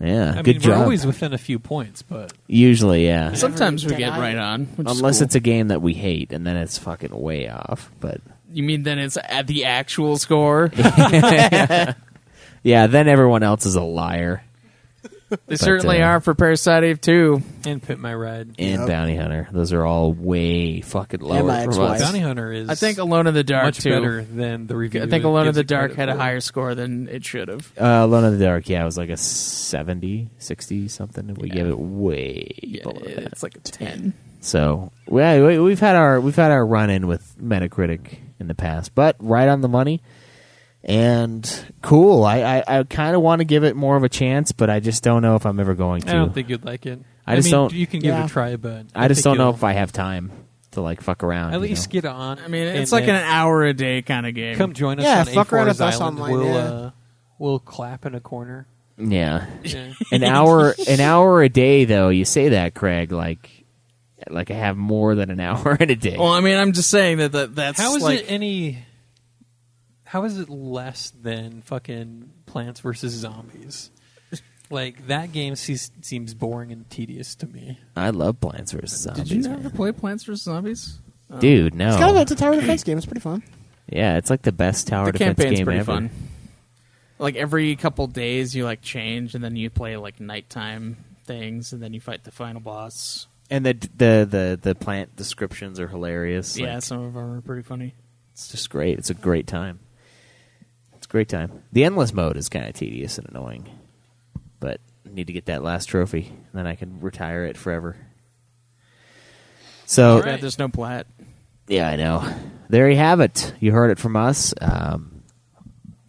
Yeah, i good mean job. we're always within a few points but Usually, yeah. Sometimes we Never get did I. right on, which is Unless cool. it's a game that we hate, and then it's fucking way off. But you mean then it's at the actual <laughs> score. yeah, then everyone else is a liar. they certainly uh, are for Parasite Eve too. and pit my ride And Bounty Hunter, those are all way fucking lower. my from ex-wife. us. bounty hunter is I think Alone in the Dark much too. better than the review I think Alone in gives the it Dark credit had a for. higher score than it should have. Uh, Alone in the Dark, yeah, it was like a 70, 60 something. and We gave it way Yeah, below that. it's like a ten. So yeah, we, we've had our we've had our run in with Metacritic in the past, but right on the money and cool. I I, I kind of want to give it more of a chance, but I just don't know if I'm ever going to. i don't think you'd like it I just mean, don't- you can give it Yeah. a try but I just think don't know you'll- if I have time to like fuck around. At you least know? get on. I mean, it's and like an then hour a day kind of game. Come join us Yeah, on fuck around A4's with us Island. online, we'll, yeah. uh, we'll clap in <laughs> a corner. yeah, Yeah. an hour an hour a day though. You say that, Craig? Like, like I have more than an <laughs> hour in a day. Well, I mean, I'm just saying that, that that's How is like it any? How is it less than fucking Plants vs Zombies? Like that game sees, seems boring and tedious to me. I love Plants vs Zombies. Did you never man. play Plants vs Zombies? Dude, no. It's kind of it's a tower defense game. It's pretty fun. yeah, it's like the best tower The defense campaign's game pretty ever. fun. Like every couple days, you like change, and then you play like nighttime things, and then you fight the final boss. And the the the the plant descriptions are hilarious. yeah, Like, some of them are pretty funny. it's just great. It's a great time. It's a great time. The endless mode is kind of tedious and annoying, but I need to get that last trophy, and then I can retire it forever. So Too bad there's no plat. Yeah, I know. There you have it. You heard it from us. Um,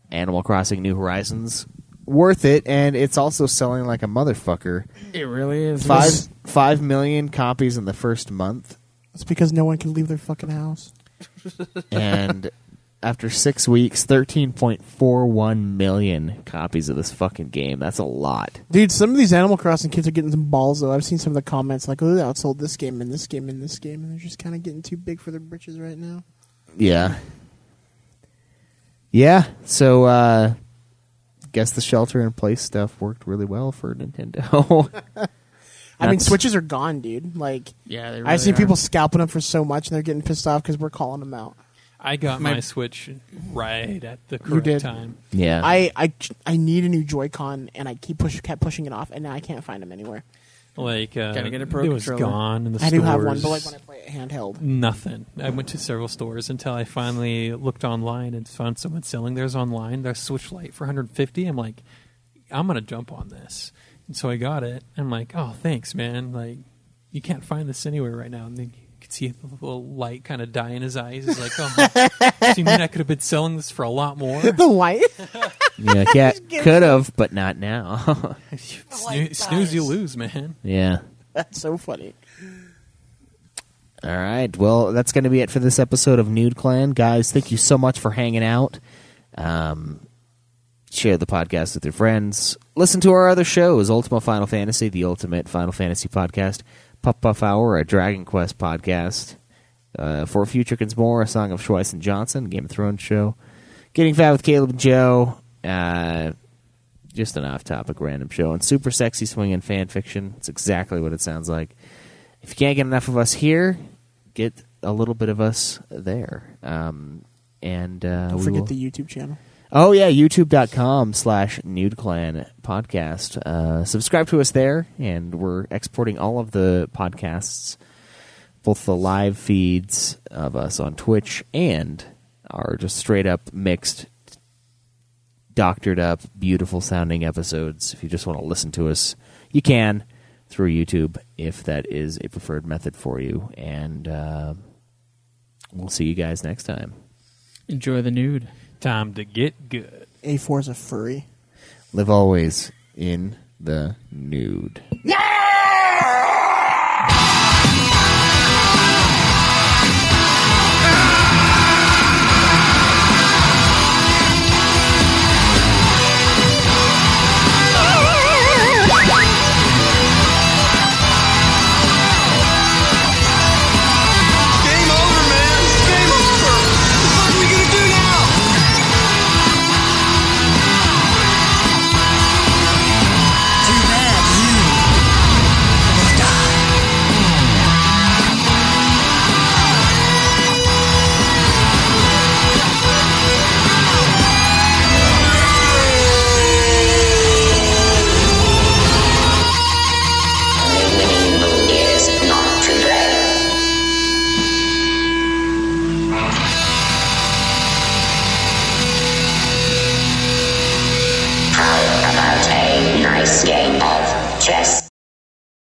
Animal Crossing New Horizons. Worth it, and it's also selling like a motherfucker. It really is Five five million copies in the first month, It's because no one can leave their fucking house. and after six weeks, thirteen point four one million copies of this fucking game. That's a lot. Dude, some of these Animal Crossing kids are getting some balls though. I've seen some of the comments like, "Oh, they outsold this game and this game and this game," and they're just kind of getting too big for their britches right now. Yeah. Yeah. So, uh, guess the shelter in place stuff worked really well for Nintendo. <laughs> I mean, That's- switches are gone, dude. Like, Yeah, they I've really seen are. people scalping them for so much, and they're getting pissed off because we're calling them out. I got my, Switch right at the correct did. time. yeah. I, I, I need a new Joy-Con, and I keep push kept pushing it off, and now I can't find them anywhere. Like uh, Gotta get a pro it was controller. gone in the I do have one, but stores. like when I play it handheld, <laughs> Nothing. I went to several stores until I finally looked online and found someone selling theirs online. Their Switch Lite for 150. I'm like, I'm gonna jump on this. And so I got it. I'm like, oh, thanks, man. Like, you can't find this anywhere right now. And then you could see the little light kind of die in his eyes. He's like, oh, so you mean I could have been selling this for a lot more? the light. Yeah, yeah could have, but not now. <laughs> Snoo- snooze, you lose, man. yeah. <laughs> That's so funny. All right. Well, that's going to be it for this episode of Nude Clan, guys. Thank you so much for hanging out. Um, share the podcast with your friends. Listen to our other shows: Ultima Final Fantasy, the Ultimate Final Fantasy Podcast, Puff Puff Hour, a Dragon Quest podcast, uh, For Future More, a Song of Schweiss and Johnson, Game of Thrones show, Getting Fat with Caleb and Joe. Uh, just an off-topic random show and super sexy swinging fan fiction. It's exactly what it sounds like. If you can't get enough of us here, get a little bit of us there. Um, and uh, Don't we forget will- the YouTube channel. Oh yeah, youtube.com slash nude clan podcast. Uh, subscribe to us there and we're exporting all of the podcasts, both the live feeds of us on Twitch and our just straight up mixed doctored up, beautiful sounding episodes. If you just want to listen to us, you can through YouTube if that is a preferred method for you. And uh, we'll see you guys next time. Enjoy the nude. Time to get good. A4 is a furry. Live always in the nude. Game over, man. It's game over. What the fuck are we gonna do now? Too bad you will die. Evil is not to blame. How about a nice game of chess?